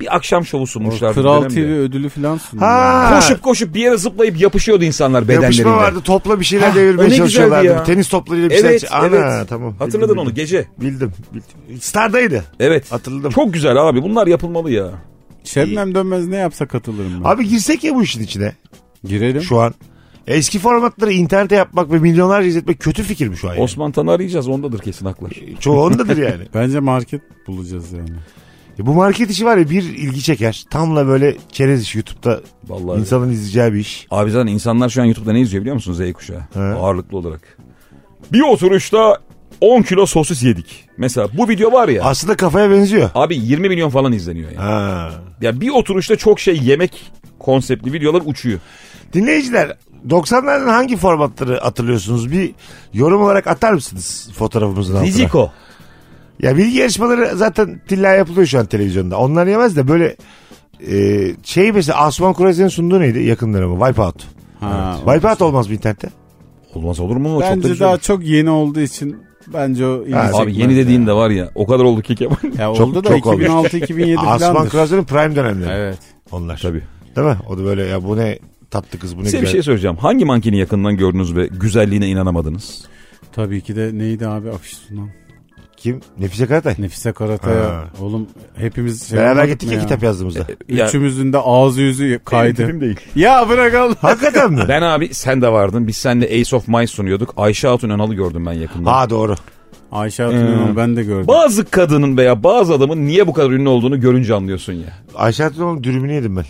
Speaker 5: Bir akşam şovu sunmuşlardı.
Speaker 4: Kral
Speaker 5: dönemde.
Speaker 4: TV ödülü falan sunuyor.
Speaker 3: Ha.
Speaker 5: Koşup koşup bir yere zıplayıp yapışıyordu insanlar bedenleriyle.
Speaker 3: Yapışma vardı topla bir şeyler
Speaker 5: Ah, o ne
Speaker 3: devirmeye
Speaker 5: güzeldi
Speaker 3: çalışıyorlardı.
Speaker 5: ya.
Speaker 3: Bir tenis toplarıyla bir
Speaker 5: Evet,
Speaker 3: şeyler. Ana
Speaker 5: evet.
Speaker 3: tamam.
Speaker 5: Hatırladın
Speaker 3: Bildim,
Speaker 5: onu
Speaker 3: bildim.
Speaker 5: gece.
Speaker 3: Bildim, bildim. Star'daydı.
Speaker 5: Evet.
Speaker 3: Hatırladım.
Speaker 5: Çok güzel abi bunlar yapılmalı ya.
Speaker 4: Şebnem dönmez ne yapsa katılırım ben.
Speaker 3: Abi girsek ya bu işin içine
Speaker 4: Girelim.
Speaker 3: şu an. Eski formatları internete yapmak ve milyonlarca izletmek kötü fikir mi şu an? yani?
Speaker 5: Osman Tan'ı arayacağız ondadır kesin haklar.
Speaker 3: Çoğu ondadır yani.
Speaker 4: [laughs] Bence market bulacağız yani.
Speaker 3: E Bu market işi var ya bir ilgi çeker. Tamla böyle çerez işi YouTube'da
Speaker 5: Vallahi.
Speaker 3: insanın izleyeceği bir iş.
Speaker 5: Abi zaten insanlar şu an YouTube'da ne izliyor biliyor musunuz Z kuşağı?
Speaker 3: He.
Speaker 5: Ağırlıklı olarak. Bir oturuşta 10 kilo sosis yedik. Mesela bu video var ya.
Speaker 3: Aslında kafaya benziyor.
Speaker 5: Abi 20 milyon falan izleniyor yani.
Speaker 3: Ha.
Speaker 5: Ya bir oturuşta çok şey yemek konseptli videolar uçuyor.
Speaker 3: Dinleyiciler 90'lardan hangi formatları hatırlıyorsunuz? Bir yorum olarak atar mısınız fotoğrafımızın altına?
Speaker 5: Riziko.
Speaker 3: Ya bilgi yarışmaları zaten tilla yapılıyor şu an televizyonda. Onlar yemez de böyle e, şey mesela Asuman Kurazi'nin sunduğu neydi yakınları mı? Wipeout.
Speaker 4: Ha, o-
Speaker 3: Wipeout olmaz mı internette?
Speaker 5: Olmaz olur mu? O çok da
Speaker 4: Bence
Speaker 5: güzel.
Speaker 4: daha çok yeni olduğu için bence o ilgi
Speaker 3: Abi
Speaker 5: Abi
Speaker 4: çekmez
Speaker 5: yeni
Speaker 4: ya.
Speaker 5: dediğin de var ya o kadar oldu ki Kemal.
Speaker 4: Ya
Speaker 3: Çok-
Speaker 4: oldu da
Speaker 3: çok olmuş. [laughs]
Speaker 4: 2006-2007
Speaker 3: Asuman
Speaker 4: falandır.
Speaker 3: Kurazi'nin prime dönemleri
Speaker 4: Evet.
Speaker 3: onlar.
Speaker 5: Tabii.
Speaker 3: Değil mi? O da böyle ya bu ne tatlı kız bu ne
Speaker 5: Size bir
Speaker 3: güzel.
Speaker 5: şey söyleyeceğim. Hangi mankeni yakından gördünüz ve güzelliğine inanamadınız?
Speaker 4: Tabii ki de neydi abi afiş sunan?
Speaker 3: Kim? Nefise Karatay.
Speaker 4: Nefise Karataya.
Speaker 3: Ha.
Speaker 4: Oğlum hepimiz şey
Speaker 3: Beraber
Speaker 4: yapmadık
Speaker 3: gittik
Speaker 4: mı
Speaker 3: ya, kitap yazdığımızda.
Speaker 5: Ya-
Speaker 4: Üçümüzün de ağzı yüzü kaydı.
Speaker 5: değil.
Speaker 4: Ya bırak Allah.
Speaker 3: Hakikaten mi?
Speaker 5: [laughs] Ben abi sen de vardın. Biz seninle Ace of Mice sunuyorduk. Ayşe Hatun Önal'ı gördüm ben yakından.
Speaker 3: Ha doğru.
Speaker 4: Ayşe
Speaker 3: Hmm.
Speaker 4: Hatun'u ben de gördüm.
Speaker 5: Bazı kadının veya bazı adamın niye bu kadar ünlü olduğunu görünce
Speaker 4: [laughs]
Speaker 5: anlıyorsun ya.
Speaker 3: Ayşe Hatun'un dürümünü yedim ben.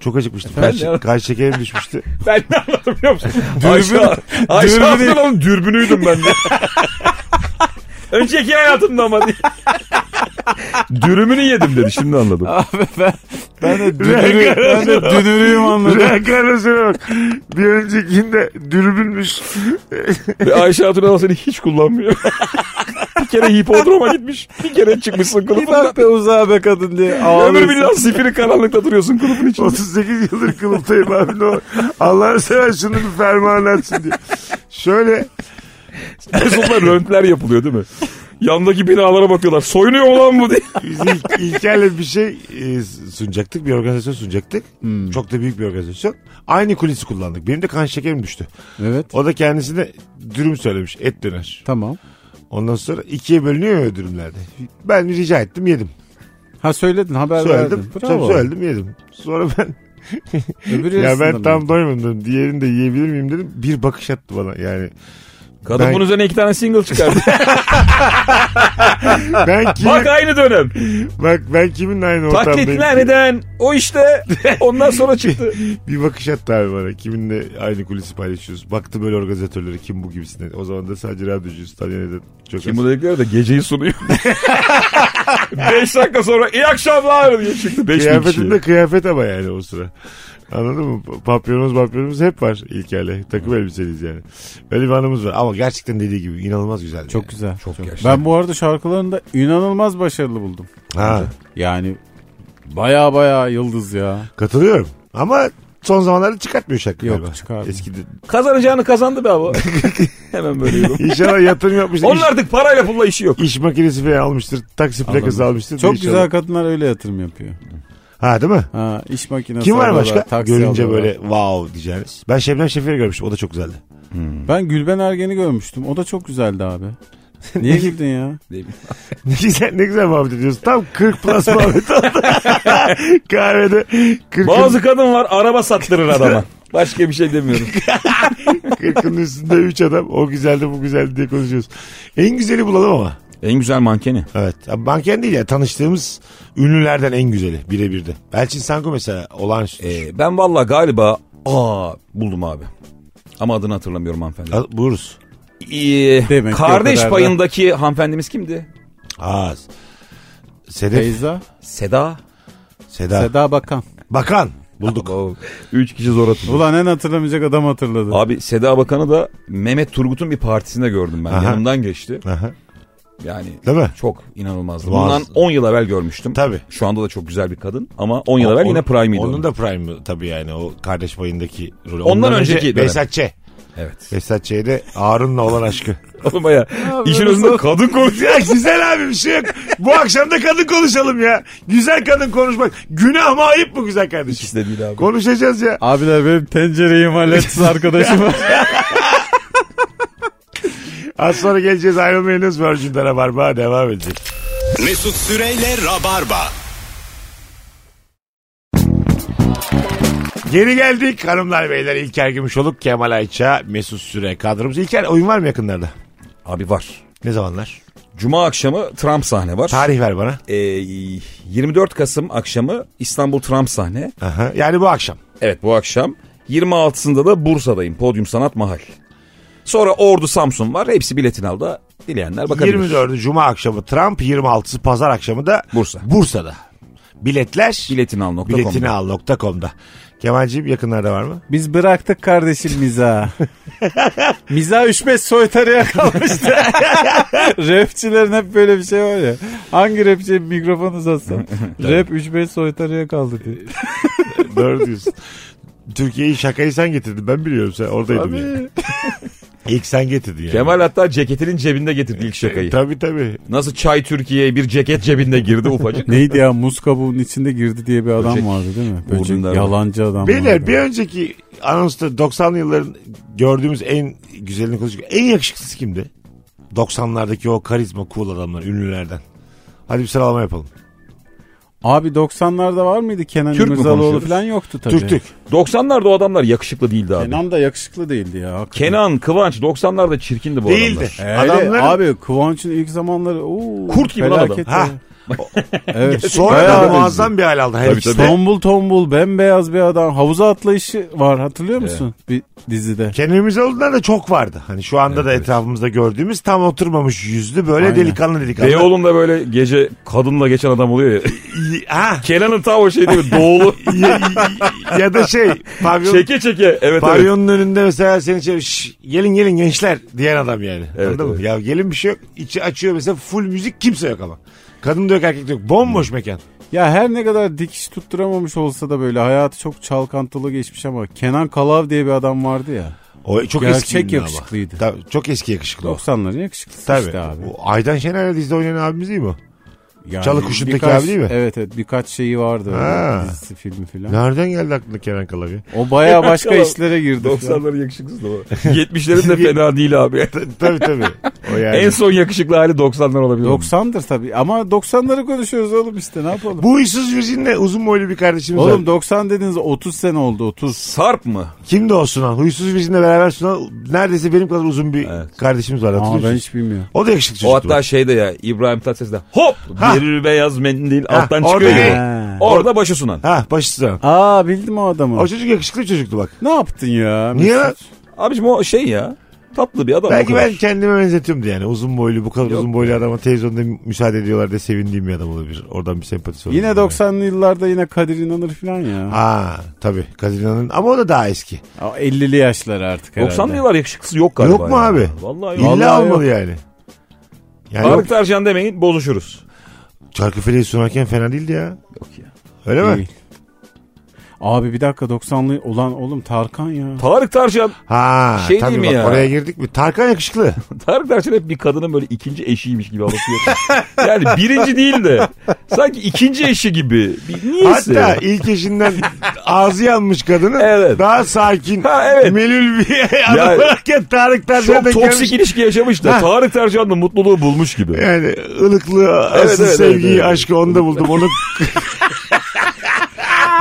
Speaker 3: Çok acıkmıştım.
Speaker 5: Efendim
Speaker 3: Kaç,
Speaker 5: ya?
Speaker 3: kaç şekerim düşmüştü.
Speaker 5: Ben ne anladım biliyor musun?
Speaker 4: Dürbün-
Speaker 5: Ayşe, Ayşe
Speaker 4: dürbünü-
Speaker 5: Hatun Önal'ın dürbünüydüm
Speaker 4: [laughs]
Speaker 5: ben de. Önceki hayatımda ama
Speaker 4: [laughs]
Speaker 5: diye. Dürümünü yedim dedi şimdi anladım.
Speaker 3: [laughs]
Speaker 4: Ben de dünürü, ben de dünürüyüm anladım.
Speaker 3: Renklerine bak. Bir öncekinde dürbünmüş.
Speaker 5: Ve Ayşe Hatun Önal seni hiç kullanmıyor. [laughs] bir kere hipodroma gitmiş. Bir kere çıkmışsın
Speaker 4: Bir
Speaker 5: kılıfından.
Speaker 4: bak be uzağa be kadın diye
Speaker 5: Ömür
Speaker 4: ağlıyorsun.
Speaker 5: billah sifiri karanlıkta duruyorsun kılıfın içinde.
Speaker 3: 38 yıldır kılıftayım abi ne olur. Allah'ını seven şunu bir fermanı açsın diye. Şöyle
Speaker 4: [laughs]
Speaker 5: Mesut'la röntler yapılıyor değil mi? Yandaki binalara bakıyorlar. Soyunuyor mu lan bu diye.
Speaker 3: biz İl- İlker'le bir şey e, sunacaktık. Bir organizasyon sunacaktık. Çok da büyük bir organizasyon. Aynı kulisi kullandık. Benim de kan şekerim düştü.
Speaker 4: Evet.
Speaker 3: O da kendisine dürüm söylemiş. Et döner.
Speaker 4: Tamam.
Speaker 3: Ondan sonra ikiye bölünüyor ya dürümlerde. Ben rica ettim yedim.
Speaker 4: Ha söyledin haber
Speaker 3: Söyledim.
Speaker 4: verdin.
Speaker 3: Tabii söyledim yedim. Sonra ben
Speaker 4: Öbür
Speaker 3: ya
Speaker 4: yarısında
Speaker 3: ben
Speaker 4: mı?
Speaker 3: tam doymadım dedim. Diğerini de yiyebilir miyim dedim. Bir bakış attı bana yani.
Speaker 5: Kadın
Speaker 3: Ben-
Speaker 5: bunun üzerine iki tane single çıkardı.
Speaker 3: Ben kimin,
Speaker 5: Bak aynı dönem.
Speaker 3: bak ben kimin aynı ortamdayım?
Speaker 5: Taklitler neden? O işte ondan sonra çıktı.
Speaker 3: Bir bakış attı abi bana. Kiminle aynı kulisi paylaşıyoruz. Baktı böyle organizatörleri kim bu gibisine. O zaman da sadece radyocuyuz. Tanıyan eden çok
Speaker 5: [laughs] Kim
Speaker 3: az.
Speaker 5: bu dedikleri de geceyi [laughs] sunuyor. 5 dakika sonra iyi akşamlar diye çıktı 5 bin kişi.
Speaker 3: Kıyafetinde kıyafet ama yani o sıra. Anladın mı? Papyonumuz papyonumuz hep var İlker'le. Takım elbiseliyiz yani. Öyle bir anımız var. Ama gerçekten dediği gibi inanılmaz güzel.
Speaker 4: Çok güzel.
Speaker 5: Çok gerçekten.
Speaker 4: ben bu arada şarkılarını da inanılmaz başarılı buldum.
Speaker 3: Ha,
Speaker 4: Yani baya baya yıldız ya.
Speaker 3: katılıyorum. Ama son zamanlarda çıkartmıyor şarkı
Speaker 4: Yok,
Speaker 3: galiba.
Speaker 4: çıkarmıyor.
Speaker 3: Eskide.
Speaker 5: Kazanacağını kazandı be abi. [laughs] Hemen böyle yorum.
Speaker 3: İnşallah yatırım yapmıştır.
Speaker 5: [laughs] Onun
Speaker 3: Onlar...
Speaker 5: artık parayla pulla işi yok.
Speaker 3: İş, iş makinesi falan almıştır. Taksi plakası almıştır. da
Speaker 4: Çok
Speaker 3: inşallah-
Speaker 4: güzel kadınlar öyle yatırım yapıyor.
Speaker 3: Ha değil mi?
Speaker 4: Ha, iş makinesi
Speaker 3: Kim var
Speaker 4: alıyorlar,
Speaker 3: başka?
Speaker 4: taksi
Speaker 3: Görünce
Speaker 4: alıyorlar.
Speaker 3: böyle wow diyeceğiniz. Ben Şebnem Şefer'i görmüştüm. O da çok güzeldi. [laughs]
Speaker 4: Ben Gülben Ergen'i görmüştüm. O da çok güzeldi abi.
Speaker 3: [laughs]
Speaker 4: Niye güldün ya?
Speaker 3: Ne güzel, ne güzel muhabbet ediyorsun. Tam 40 plus muhabbet oldu. [laughs] Kahvede 40
Speaker 5: Bazı kadın var araba sattırır adama. [laughs] Başka bir şey demiyorum.
Speaker 3: 40'ın üstünde 3 adam. O güzeldi bu güzeldi diye konuşuyoruz. En güzeli bulalım ama.
Speaker 5: En güzel mankeni.
Speaker 3: Evet. Abi Manken değil ya. Tanıştığımız ünlülerden en güzeli. Birebir de. Elçin Sanko mesela olağanüstü.
Speaker 5: Ee, ben valla galiba aa buldum abi. Ama adını hatırlamıyorum hanımefendi.
Speaker 3: Al, Buyuruz.
Speaker 5: Ee,
Speaker 4: Demek ki o
Speaker 5: kardeş
Speaker 4: kadar da-
Speaker 5: payındaki hanımefendimiz kimdi?
Speaker 3: Az. Sedef.
Speaker 4: Beyza,
Speaker 5: Seda.
Speaker 3: Seda.
Speaker 4: Seda Bakan.
Speaker 3: Bakan. Bulduk.
Speaker 5: Abo, Üç kişi zor atıldı.
Speaker 4: Ulan en hatırlamayacak adam hatırladı.
Speaker 5: Abi Seda Bakan'ı da Mehmet Turgut'un bir partisinde gördüm ben.
Speaker 3: Aha.
Speaker 5: Yanımdan geçti.
Speaker 3: Aha.
Speaker 5: Yani
Speaker 3: Değil mi?
Speaker 5: çok inanılmazdı.
Speaker 3: Muazzam.
Speaker 5: Bundan 10 yıl evvel görmüştüm.
Speaker 3: Tabii.
Speaker 5: Şu anda da çok güzel bir kadın ama 10 yıl evvel yine
Speaker 3: Onun-
Speaker 5: prime'iydi.
Speaker 3: Onun
Speaker 5: onun.
Speaker 3: da prime tabii yani o kardeş payındaki rolü.
Speaker 5: Ondan önceki dönem.
Speaker 3: Behzat Ç.
Speaker 5: Evet.
Speaker 3: Behzat Ç'ye de Harun'la olan aşkı.
Speaker 5: Oğlum baya işin özünde kadın [laughs] konuşuyor.
Speaker 3: ya güzel abi bir şey yok. Bu akşam da kadın konuşalım ya. Güzel kadın konuşmak. Günah mı ayıp mı güzel kardeşim?
Speaker 5: İkisi de değil abi.
Speaker 3: Konuşacağız ya.
Speaker 4: Abiler benim tencereyi
Speaker 3: [laughs]
Speaker 4: imal etsiz arkadaşım var.
Speaker 3: Az sonra geleceğiz ayrılmayınız. Virgin'de Rabarba devam edecek.
Speaker 2: Mesut Süreyle Rabarba.
Speaker 3: Geri geldik hanımlar beyler. İlker Gümüşoluk, Kemal Ayça, Mesut Süre kadromuz. İlker oyun var mı yakınlarda?
Speaker 5: Abi var.
Speaker 3: Ne zamanlar?
Speaker 5: Cuma akşamı Trump sahne var.
Speaker 3: Tarih ver bana.
Speaker 5: Ee, 24 Kasım akşamı İstanbul Trump sahne.
Speaker 3: Aha. Yani bu akşam.
Speaker 5: Evet bu akşam. 26'sında da Bursa'dayım. Podyum Sanat Mahal. Sonra Ordu Samsun var. Hepsi biletin aldı. Dileyenler bakabilir.
Speaker 3: 24'ü Cuma akşamı Trump, 26'sı Pazar akşamı da
Speaker 5: Bursa.
Speaker 3: Bursa'da. Biletler
Speaker 5: Biletinal.com'da.
Speaker 3: biletinial.com'da. Kemal'ciğim yakınlarda var mı?
Speaker 4: Biz bıraktık kardeşim miza. miza 3-5 soytarıya kalmıştı. Rapçilerin hep böyle bir şey var ya. Hangi rapçiye mikrofon uzatsam. Rap 3-5 soytarıya kaldı diye.
Speaker 3: Doğru diyorsun. Türkiye'yi şakayı sen getirdin ben biliyorum sen oradaydın yani. [laughs] İlk sen getirdin yani.
Speaker 5: Kemal hatta ceketinin cebinde getirdi ilk şakayı.
Speaker 3: Tabii tabii.
Speaker 5: Nasıl Çay Türkiye'ye bir ceket cebinde girdi
Speaker 3: [laughs]
Speaker 5: ufacık.
Speaker 4: Neydi ya muz kabuğunun içinde girdi diye bir adam
Speaker 5: Böcek.
Speaker 4: vardı değil mi?
Speaker 5: Uğur'un
Speaker 4: Böcek,
Speaker 5: da-
Speaker 4: yalancı adam
Speaker 3: Beyler
Speaker 4: vardı.
Speaker 3: bir önceki anonsta 90'lı yılların gördüğümüz en güzelini konuştuk. En yakışıklısı kimdi? 90'lardaki o karizma cool adamlar ünlülerden. Hadi bir sıralama yapalım.
Speaker 4: Abi 90'larda var mıydı Kenan
Speaker 5: Türk mü
Speaker 4: İmirzalıoğlu
Speaker 5: konuşuyoruz?
Speaker 4: falan yoktu tabii.
Speaker 3: Türk Türk.
Speaker 5: 90'larda o adamlar yakışıklı değildi abi. Kenan,
Speaker 4: Kenan da yakışıklı değildi ya. hakikaten.
Speaker 5: Kıvanç 90'larda çirkindi bu
Speaker 3: Değildi.
Speaker 5: adamlar.
Speaker 4: Öyle,
Speaker 3: Adamların
Speaker 4: abi Kıvanç'ın ilk zamanları ooo,
Speaker 5: Kurt gibi lan adam.
Speaker 4: felaket
Speaker 3: Ha.
Speaker 4: ya.
Speaker 3: [laughs]
Speaker 4: evet.
Speaker 3: Sonra
Speaker 4: Bayağı
Speaker 3: da muazzam bir hal aldı. Her
Speaker 5: Tabii,
Speaker 3: ikisi de.
Speaker 4: Tombul tombul bembeyaz bir adam. Havuza atlayışı var hatırlıyor musun? Bir dizide.
Speaker 3: Kendimiz olduğundan da çok vardı. Hani şu anda da etrafımızda gördüğümüz tam oturmamış yüzlü böyle
Speaker 4: Aynen.
Speaker 3: delikanlı delikanlı.
Speaker 5: Beyoğlu'nda böyle gece kadınla geçen adam
Speaker 3: [laughs]
Speaker 5: oluyor ya.
Speaker 3: Ha.
Speaker 5: Kenan'ın tam o şey değil mi?
Speaker 3: [laughs]
Speaker 5: Doğulu.
Speaker 3: ya, ya da şey pavyon,
Speaker 5: çeke çeke. Evet evet.
Speaker 3: pavyonun önünde mesela seni çevir "Şş, gelin gelin gençler diyen adam yani.
Speaker 5: Evet,
Speaker 3: Anladın mı?
Speaker 5: evet.
Speaker 3: Ya gelin bir şey yok. İçi açıyor mesela full müzik kimse yok ama. Kadın da yok erkek de yok. Bomboş mekan.
Speaker 4: Ya her ne kadar dikiş tutturamamış olsa da böyle hayatı çok çalkantılı geçmiş ama Kenan Kalav diye bir adam vardı ya.
Speaker 3: O çok
Speaker 4: Gerçek
Speaker 3: eski ünlü ama.
Speaker 4: yakışıklıydı.
Speaker 3: Tabii, çok eski yakışıklı o.
Speaker 4: 90'ların yakışıklısı
Speaker 3: Tabii.
Speaker 4: işte abi.
Speaker 3: O Aydan Şener'le dizide oynayan abimiz değil mi o?
Speaker 4: Yani
Speaker 3: Çalıkuşu'ndaki
Speaker 4: birkaç-
Speaker 3: abi değil mi?
Speaker 4: Evet evet birkaç şeyi vardı.
Speaker 3: Ha.
Speaker 4: öyle, Dizisi filmi filan.
Speaker 3: Nereden geldi aklına Kenan Kalavi?
Speaker 4: O baya başka
Speaker 5: Kalan-
Speaker 4: işlere girdi. falan.
Speaker 5: 90'ların
Speaker 3: [laughs]
Speaker 5: yakışıksız da o. 70'lerin de fena değil abi.
Speaker 3: tabii tabii. O yani.
Speaker 5: en son yakışıklı hali 90'lar olabilir.
Speaker 4: 90'dır tabii ama 90'ları konuşuyoruz oğlum işte ne yapalım.
Speaker 3: Bu huysuz virjinle uzun boylu bir kardeşimiz
Speaker 4: Oğlum
Speaker 3: var.
Speaker 4: 90 dediniz 30 sene oldu 30.
Speaker 5: Sarp mı?
Speaker 3: Kimdi o Sunan? Huysuz virjinle beraber Sunan neredeyse benim kadar uzun bir
Speaker 5: Evet.
Speaker 3: kardeşimiz var hatırlıyor
Speaker 4: Aa, ben
Speaker 3: musun?
Speaker 4: hiç bilmiyorum.
Speaker 3: O da yakışıklı
Speaker 5: O
Speaker 3: çocuktu.
Speaker 5: hatta şeyde ya İbrahim Tatlıses'de hop
Speaker 3: Ha.
Speaker 5: bir beyaz mendil
Speaker 3: Ha,
Speaker 5: alttan
Speaker 3: orada
Speaker 5: çıkıyor.
Speaker 3: gay.
Speaker 5: gibi.
Speaker 4: Ha.
Speaker 5: Orada başı sunan.
Speaker 3: Ha başı Sunan.
Speaker 4: Aa bildim o adamı.
Speaker 3: O çocuk yakışıklı bir çocuktu bak.
Speaker 4: Ne yaptın ya?
Speaker 3: Niye
Speaker 4: Mesut?
Speaker 3: lan?
Speaker 5: Abicim o şey ya tatlı bir adam.
Speaker 3: Belki
Speaker 5: o kadar.
Speaker 3: ben kendime benzetiyorumdu yani. Uzun boylu bu kadar uzun boylu adama televizyonda müsaade ediyorlar diye sevindiğim bir adam olabilir. Oradan bir sempatisi olur.
Speaker 4: Yine 90'lı yıllarda yine Kadir İnanır falan ya.
Speaker 3: Ha tabii Kadir İnanır'ın ama o da daha eski.
Speaker 4: Aa, 50'li yaşlar artık herhalde.
Speaker 5: 90'lı yıllar yakışıklısı yok galiba.
Speaker 3: Yok mu
Speaker 5: ya.
Speaker 3: abi?
Speaker 5: Vallahi yok.
Speaker 3: İlla
Speaker 4: Vallahi
Speaker 3: olmalı yani. Yani yok.
Speaker 5: Tarık Tarcan demeyin bozuşuruz.
Speaker 3: Çarkıfele'yi sunarken fena değildi ya.
Speaker 5: Yok ya.
Speaker 3: Öyle mi?
Speaker 4: Değil. Abi bir dakika 90'lı olan oğlum Tarkan ya.
Speaker 5: Tarık Tarcan, [laughs]
Speaker 3: Ha
Speaker 5: Şey
Speaker 3: tabii
Speaker 5: değil mi
Speaker 3: bak
Speaker 5: ya?
Speaker 3: oraya girdik mi? Tarkan yakışıklı.
Speaker 5: Tarık Tarcan hep bir kadının böyle ikinci eşiymiş gibi anlatıyor.
Speaker 3: [laughs]
Speaker 5: yani birinci değil de sanki ikinci eşi gibi. Bir, niyeyse.
Speaker 3: Hatta ilk eşinden ağzı yanmış kadının
Speaker 5: Evet.
Speaker 3: daha sakin,
Speaker 5: Ha, evet.
Speaker 3: melül bir [laughs] adam
Speaker 5: Ya-
Speaker 3: olarak Tarık Tarcan'a
Speaker 5: çok
Speaker 3: da
Speaker 5: toksik
Speaker 3: gelmiş.
Speaker 5: ilişki yaşamış da
Speaker 3: Ha.
Speaker 5: Tarık Tarcan'la mutluluğu bulmuş gibi.
Speaker 3: Yani ılıklığı,
Speaker 5: Evet,
Speaker 3: asıl
Speaker 5: evet,
Speaker 3: sevgiyi,
Speaker 5: evet, evet.
Speaker 3: aşkı onda buldum.
Speaker 5: [laughs]
Speaker 3: Onu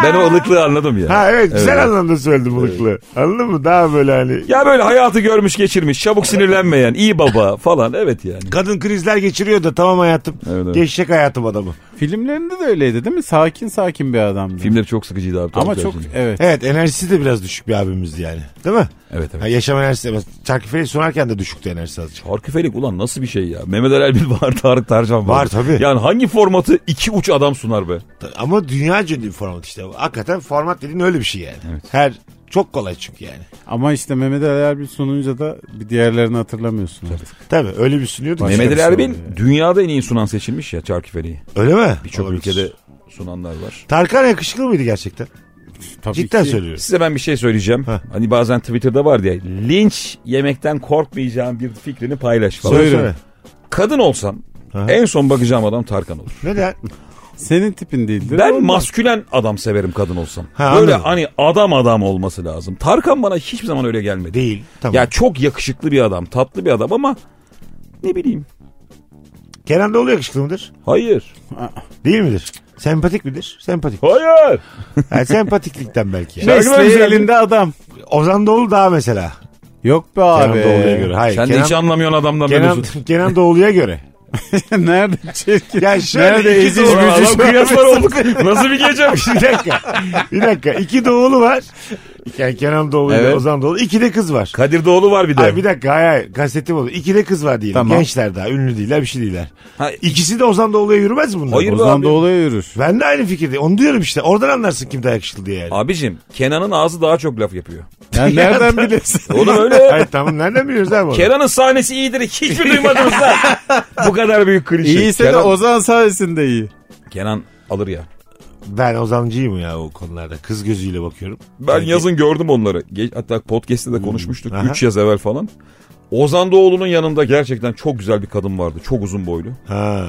Speaker 5: Ben o ılıklığı anladım ya.
Speaker 3: Ha evet güzel anlamda söyledim ılıklığı. Anladın mı? Daha böyle hani
Speaker 5: Ya böyle hayatı görmüş geçirmiş çabuk sinirlenmeyen iyi baba falan evet yani.
Speaker 3: kadın krizler geçiriyor da tamam hayatım.
Speaker 5: Evet, evet.
Speaker 3: Geçecek hayatım adamı.
Speaker 4: Filmlerinde de öyleydi değil mi? Sakin sakin bir adamdı.
Speaker 5: Filmleri çok sıkıcıydı abi.
Speaker 4: Ama
Speaker 5: Tarık
Speaker 4: çok
Speaker 5: Tarcan'ın.
Speaker 4: evet.
Speaker 3: Evet enerjisi de biraz düşük bir abimizdi yani. Değil mi?
Speaker 5: Evet
Speaker 3: Ha,
Speaker 5: evet.
Speaker 3: yaşam enerjisi de. Çarkıfe'yi sunarken de düşüktü enerjisi azıcık.
Speaker 5: Tarküfelik ulan nasıl bir şey ya. Mehmet Ali Erbil [laughs] var Tarık Tarcan var.
Speaker 3: Var tabii.
Speaker 5: Yani hangi formatı iki uç adam sunar be.
Speaker 3: Ama dünya ünlü bir format işte. Hakikaten format dediğin öyle bir şey yani. Her çok kolay çünkü yani.
Speaker 4: Ama işte Mehmet Ali Erbil sununca da bir diğerlerini hatırlamıyorsun artık.
Speaker 3: Tabii öyle bir şey sunuyordu. ki.
Speaker 5: Mehmet
Speaker 4: bir
Speaker 5: Ali Erbil
Speaker 4: sorun
Speaker 5: dünyada en iyi sunan seçilmiş ya Tarküfelik'i.
Speaker 3: Öyle mi?
Speaker 5: Birçok
Speaker 3: Olabilir.
Speaker 5: ülkede sunanlar var.
Speaker 3: Tarkan yakışıklı mıydı gerçekten?
Speaker 4: Tabii
Speaker 3: Cidden
Speaker 4: ki.
Speaker 3: söylüyorum.
Speaker 5: Size ben bir şey söyleyeceğim.
Speaker 3: Heh.
Speaker 5: Hani bazen Twitter'da var diye linç yemekten korkmayacağım bir fikrini paylaş falan.
Speaker 4: Söyle.
Speaker 3: Söyle.
Speaker 5: Kadın olsam
Speaker 3: Aha.
Speaker 5: en son bakacağım adam Tarkan olur. [laughs]
Speaker 3: Neden?
Speaker 4: Senin tipin değildir.
Speaker 5: Ben
Speaker 4: ama-
Speaker 5: maskülen adam severim kadın olsam.
Speaker 3: Ha,
Speaker 5: Böyle
Speaker 3: anladım.
Speaker 5: hani adam adam olması lazım. Tarkan bana hiçbir zaman öyle gelmedi.
Speaker 3: Değil. Tamam.
Speaker 5: Ya çok yakışıklı bir adam, tatlı bir adam ama ne bileyim.
Speaker 3: Kenan Doğulu yakışıklı mıdır?
Speaker 5: Hayır.
Speaker 3: Değil midir? Sempatik midir?
Speaker 5: [laughs]
Speaker 3: Sempatik.
Speaker 5: Hayır.
Speaker 3: Yani sempatiklikten belki. Yani.
Speaker 4: Mesleği
Speaker 5: Şarkılar
Speaker 4: elinde adam.
Speaker 3: Ozan Doğulu daha mesela.
Speaker 4: Yok be
Speaker 3: Kenan
Speaker 4: abi.
Speaker 3: Doğulu'ya göre. Hayır.
Speaker 5: Sen de
Speaker 3: Kenan,
Speaker 5: hiç anlamıyorsun adamdan be
Speaker 3: Kenan,
Speaker 5: Mesut. [laughs]
Speaker 3: Kenan Doğulu'ya göre.
Speaker 4: [laughs]
Speaker 3: [laughs]
Speaker 4: Nerede çirkin?
Speaker 3: Ya şöyle
Speaker 4: Nerede
Speaker 3: iki
Speaker 4: eziz
Speaker 3: doğru
Speaker 4: gücü
Speaker 5: Ulan adam
Speaker 4: şu an?
Speaker 5: kıyaslar olduk. Nasıl bir gece?
Speaker 3: bir dakika. Bir dakika. İki Doğulu var. Yani Kenan Doğulu ile
Speaker 5: Evet.
Speaker 3: Ozan Doğulu. İki de kız var.
Speaker 5: Kadir Doğulu var bir de.
Speaker 3: Ay bir dakika hayır hayır kastettim oldu. İki de kız var diyelim.
Speaker 4: Tamam.
Speaker 3: Gençler daha ünlü değiller bir şey değiller.
Speaker 5: Ha,
Speaker 3: İkisi de Ozan Doğulu'ya yürümez mi bunlar?
Speaker 5: Hayır.
Speaker 3: Ozan-
Speaker 4: Ozan
Speaker 5: abi.
Speaker 4: Doğulu'ya yürür.
Speaker 3: Ben de aynı fikirdeyim. Onu diyorum işte. Oradan anlarsın kim daha yakışıklı diye yani.
Speaker 5: Abicim Kenan'ın ağzı daha çok laf yapıyor.
Speaker 3: [laughs]
Speaker 4: Ya nereden biliyorsun?
Speaker 5: Oğlum öyle.
Speaker 3: Ay tamam nereden biliyoruz abi onu?
Speaker 5: Kenan'ın sahnesi iyidir. Hiç mi duymadınız lan? Bu kadar büyük klişe.
Speaker 4: İyiyse de
Speaker 5: Kenan-
Speaker 4: Ozan sayesinde iyi.
Speaker 5: Kenan alır ya.
Speaker 3: Ben Ozancıyım ya o konularda. Kız gözüyle bakıyorum.
Speaker 5: Ben
Speaker 3: Yani-
Speaker 5: yazın gördüm onları. Ge- Hatta podcast'te de konuşmuştuk.
Speaker 3: Hmm, Aha.
Speaker 5: 3 yaz evvel falan. Ozan Doğulu'nun yanında gerçekten çok güzel bir kadın vardı. Çok uzun boylu.
Speaker 3: Ha.